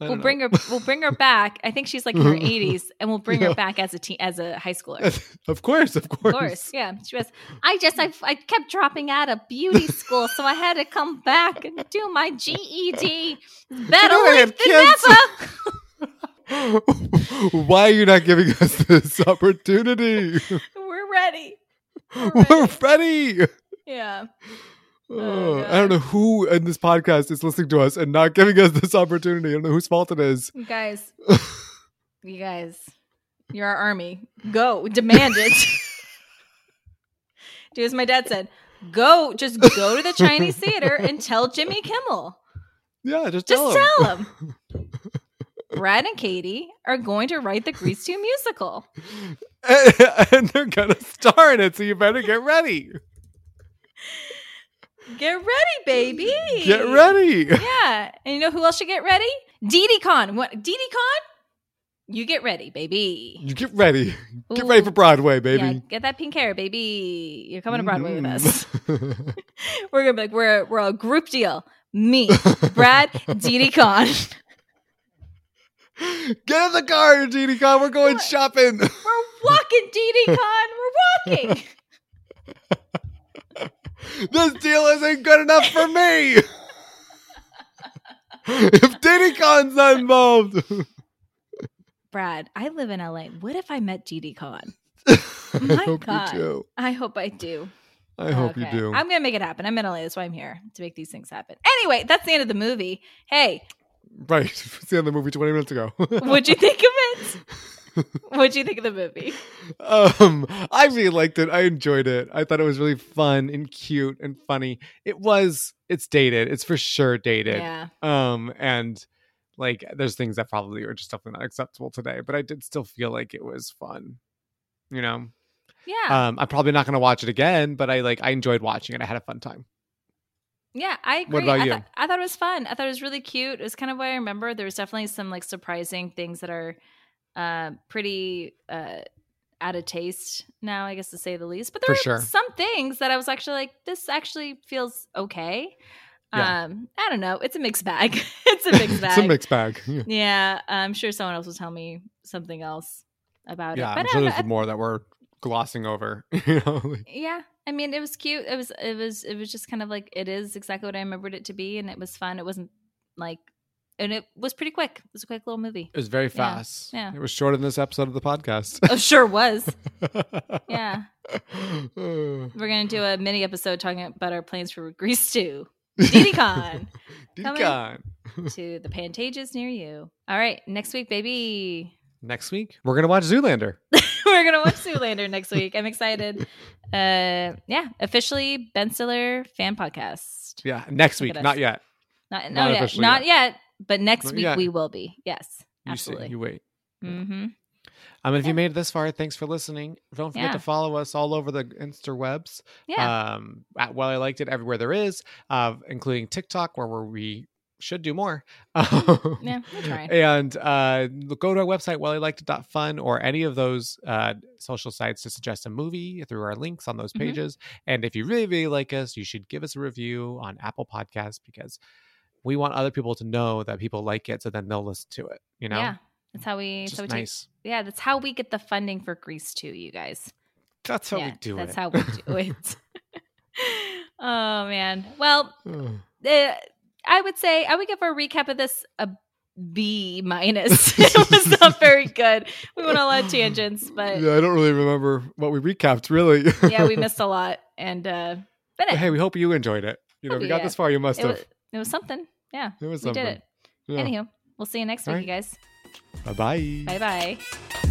Speaker 2: I
Speaker 1: We'll
Speaker 2: don't
Speaker 1: bring her. We'll bring her back. I think she's like in her eighties, and we'll bring her
Speaker 2: Yeah.
Speaker 1: back as a teen, as a high schooler.
Speaker 2: know. of course, of course.
Speaker 1: Of course, yeah. She was. I just I, I kept dropping out of beauty school, so I had to come back and do my GED. Better
Speaker 2: I
Speaker 1: late than
Speaker 2: have
Speaker 1: never.
Speaker 2: Why are you not giving us this opportunity?
Speaker 1: We're ready. We're
Speaker 2: We're ready.
Speaker 1: Yeah.
Speaker 2: Oh,
Speaker 1: God.
Speaker 2: I don't know who in this podcast is listening to us and not giving us this opportunity. I don't know whose fault it is.
Speaker 1: You guys, you guys, you're our army. Go, demand it. Do as my dad said. Go, just go to the Chinese theater and tell Jimmy Kimmel.
Speaker 2: Yeah, just,
Speaker 1: Just
Speaker 2: tell
Speaker 1: tell
Speaker 2: 'em.
Speaker 1: him. Brad and Katie are going to write the Grease 2 musical.
Speaker 2: And, and they're gonna star in it, so you better get ready.
Speaker 1: Get ready, baby.
Speaker 2: Get ready.
Speaker 1: Yeah. And you know who else should get ready? Didi Con. What Didi Con? You get ready, baby.
Speaker 2: You get ready. Get
Speaker 1: Ooh.
Speaker 2: ready for Broadway,
Speaker 1: Yeah,
Speaker 2: baby.
Speaker 1: get that pink hair, baby. You're coming to Broadway with us.
Speaker 2: Mhm.
Speaker 1: We're gonna be like, we're we're a group deal. Me, Brad, Didi Con.
Speaker 2: Get in the car, Genie Con. We're going shopping.
Speaker 1: We're walking, Didi Con. We're walking.
Speaker 2: this deal isn't good enough for me. if Diddy Con's not involved,
Speaker 1: Brad, I live in LA. What if I met Didi Con?
Speaker 2: I
Speaker 1: Oh My
Speaker 2: hope
Speaker 1: God.
Speaker 2: you do.
Speaker 1: I hope I do.
Speaker 2: I hope
Speaker 1: Okay.
Speaker 2: you do.
Speaker 1: I'm gonna make it happen. I'm in LA. That's why I'm here to make these things happen. Anyway, that's the end of the movie. Hey,
Speaker 2: right. It's the end of the movie 20 minutes ago.
Speaker 1: what'd you think of it? What'd you think of the movie?
Speaker 2: um, I really liked it. I enjoyed it. I thought it was really fun and cute and funny. It was, it's dated. It's for sure dated.
Speaker 1: Yeah.
Speaker 2: um and like there's things that probably are just definitely not acceptable today but i did still feel like it was fun you know
Speaker 1: Yeah.
Speaker 2: um i'm probably not going to watch it again but i like i enjoyed watching it i had a fun time
Speaker 1: yeah. I agree.
Speaker 2: what about
Speaker 1: I,
Speaker 2: you?
Speaker 1: thought- I thought it was fun. I thought it was really cute. It was kind of what I remember. There was definitely some like surprising things that are uh, pretty uh, out of taste now, I guess to say the least. But there
Speaker 2: For
Speaker 1: were
Speaker 2: sure.
Speaker 1: some things that I was actually like, this actually feels okay.
Speaker 2: Yeah.
Speaker 1: Um, I don't know. It's a mixed bag. it's a mixed bag.
Speaker 2: it's a mixed bag yeah,
Speaker 1: Yeah, I'm sure someone else will tell me something else about
Speaker 2: yeah
Speaker 1: it.
Speaker 2: i'm
Speaker 1: But
Speaker 2: sure
Speaker 1: I don't
Speaker 2: there's
Speaker 1: know.
Speaker 2: more that we're glossing over you know like,
Speaker 1: yeah, I mean, it was cute. It was, it was, it was just kind of like it is exactly what I remembered it to be, and it was fun. It wasn't like, and it was pretty quick. It was a quick little movie.
Speaker 2: it was very fast
Speaker 1: yeah.
Speaker 2: it was shorter than this episode of the podcast
Speaker 1: Oh, sure was. Yeah,
Speaker 2: Uh, we're
Speaker 1: we're gonna do a mini episode talking about our plans for Greece too. DDCon. Coming. to the Pantages near you. All right, next week, baby.
Speaker 2: next week we're gonna watch zoolander
Speaker 1: we're gonna watch Zoolander next week. I'm excited. Uh, yeah, officially Ben Stiller fan podcast.
Speaker 2: yeah next
Speaker 1: Look
Speaker 2: week
Speaker 1: at us.
Speaker 2: not yet
Speaker 1: Not,
Speaker 2: Not
Speaker 1: not yet,
Speaker 2: officially
Speaker 1: not yet. but next
Speaker 2: Not
Speaker 1: week
Speaker 2: yet.
Speaker 1: we will be. Yes,
Speaker 2: you see
Speaker 1: absolutely.
Speaker 2: you wait
Speaker 1: hmm
Speaker 2: Um, if
Speaker 1: Yeah.
Speaker 2: you made it this far, thanks for listening. Don't forget
Speaker 1: Yeah.
Speaker 2: to follow us all over the interwebs.
Speaker 1: Yeah,
Speaker 2: Um, at Well I Liked It everywhere there is, uh, including TikTok, where we're- we should do more.
Speaker 1: yeah, we're trying.
Speaker 2: And uh, look- go to our website, welliliked.fun, or any of those uh, social sites to suggest a movie through our links on those
Speaker 1: Mhm.
Speaker 2: pages. And if you really, really like us, you should give us a review on Apple Podcasts because we want other people to know that people like it so then they'll listen to it. You know?
Speaker 1: Yeah, that's how we.
Speaker 2: It's
Speaker 1: So we
Speaker 2: just
Speaker 1: take-
Speaker 2: nice.
Speaker 1: yeah, that's how we get the funding for Greece too, you guys.
Speaker 2: That's how
Speaker 1: yeah,
Speaker 2: we do
Speaker 1: that's
Speaker 2: it.
Speaker 1: how we do it. oh man. eh, Well,
Speaker 2: Ugh. Hmm.
Speaker 1: uh, I would say I would give a recap of this a B minus. it was not very good. We went on a lot of tangents, but
Speaker 2: yeah, I don't really remember what we recapped really.
Speaker 1: yeah, we missed a lot. And uh, but
Speaker 2: But
Speaker 1: it, Oh,
Speaker 2: hey, we hope you enjoyed it. You know, if you got
Speaker 1: Yeah.
Speaker 2: this far, you must
Speaker 1: it, was,
Speaker 2: have.
Speaker 1: it was something. Yeah,
Speaker 2: It was
Speaker 1: we
Speaker 2: something.
Speaker 1: did it. Anywho, we'll see you next week,
Speaker 2: All right.
Speaker 1: you guys.
Speaker 2: Bye bye.
Speaker 1: Bye bye.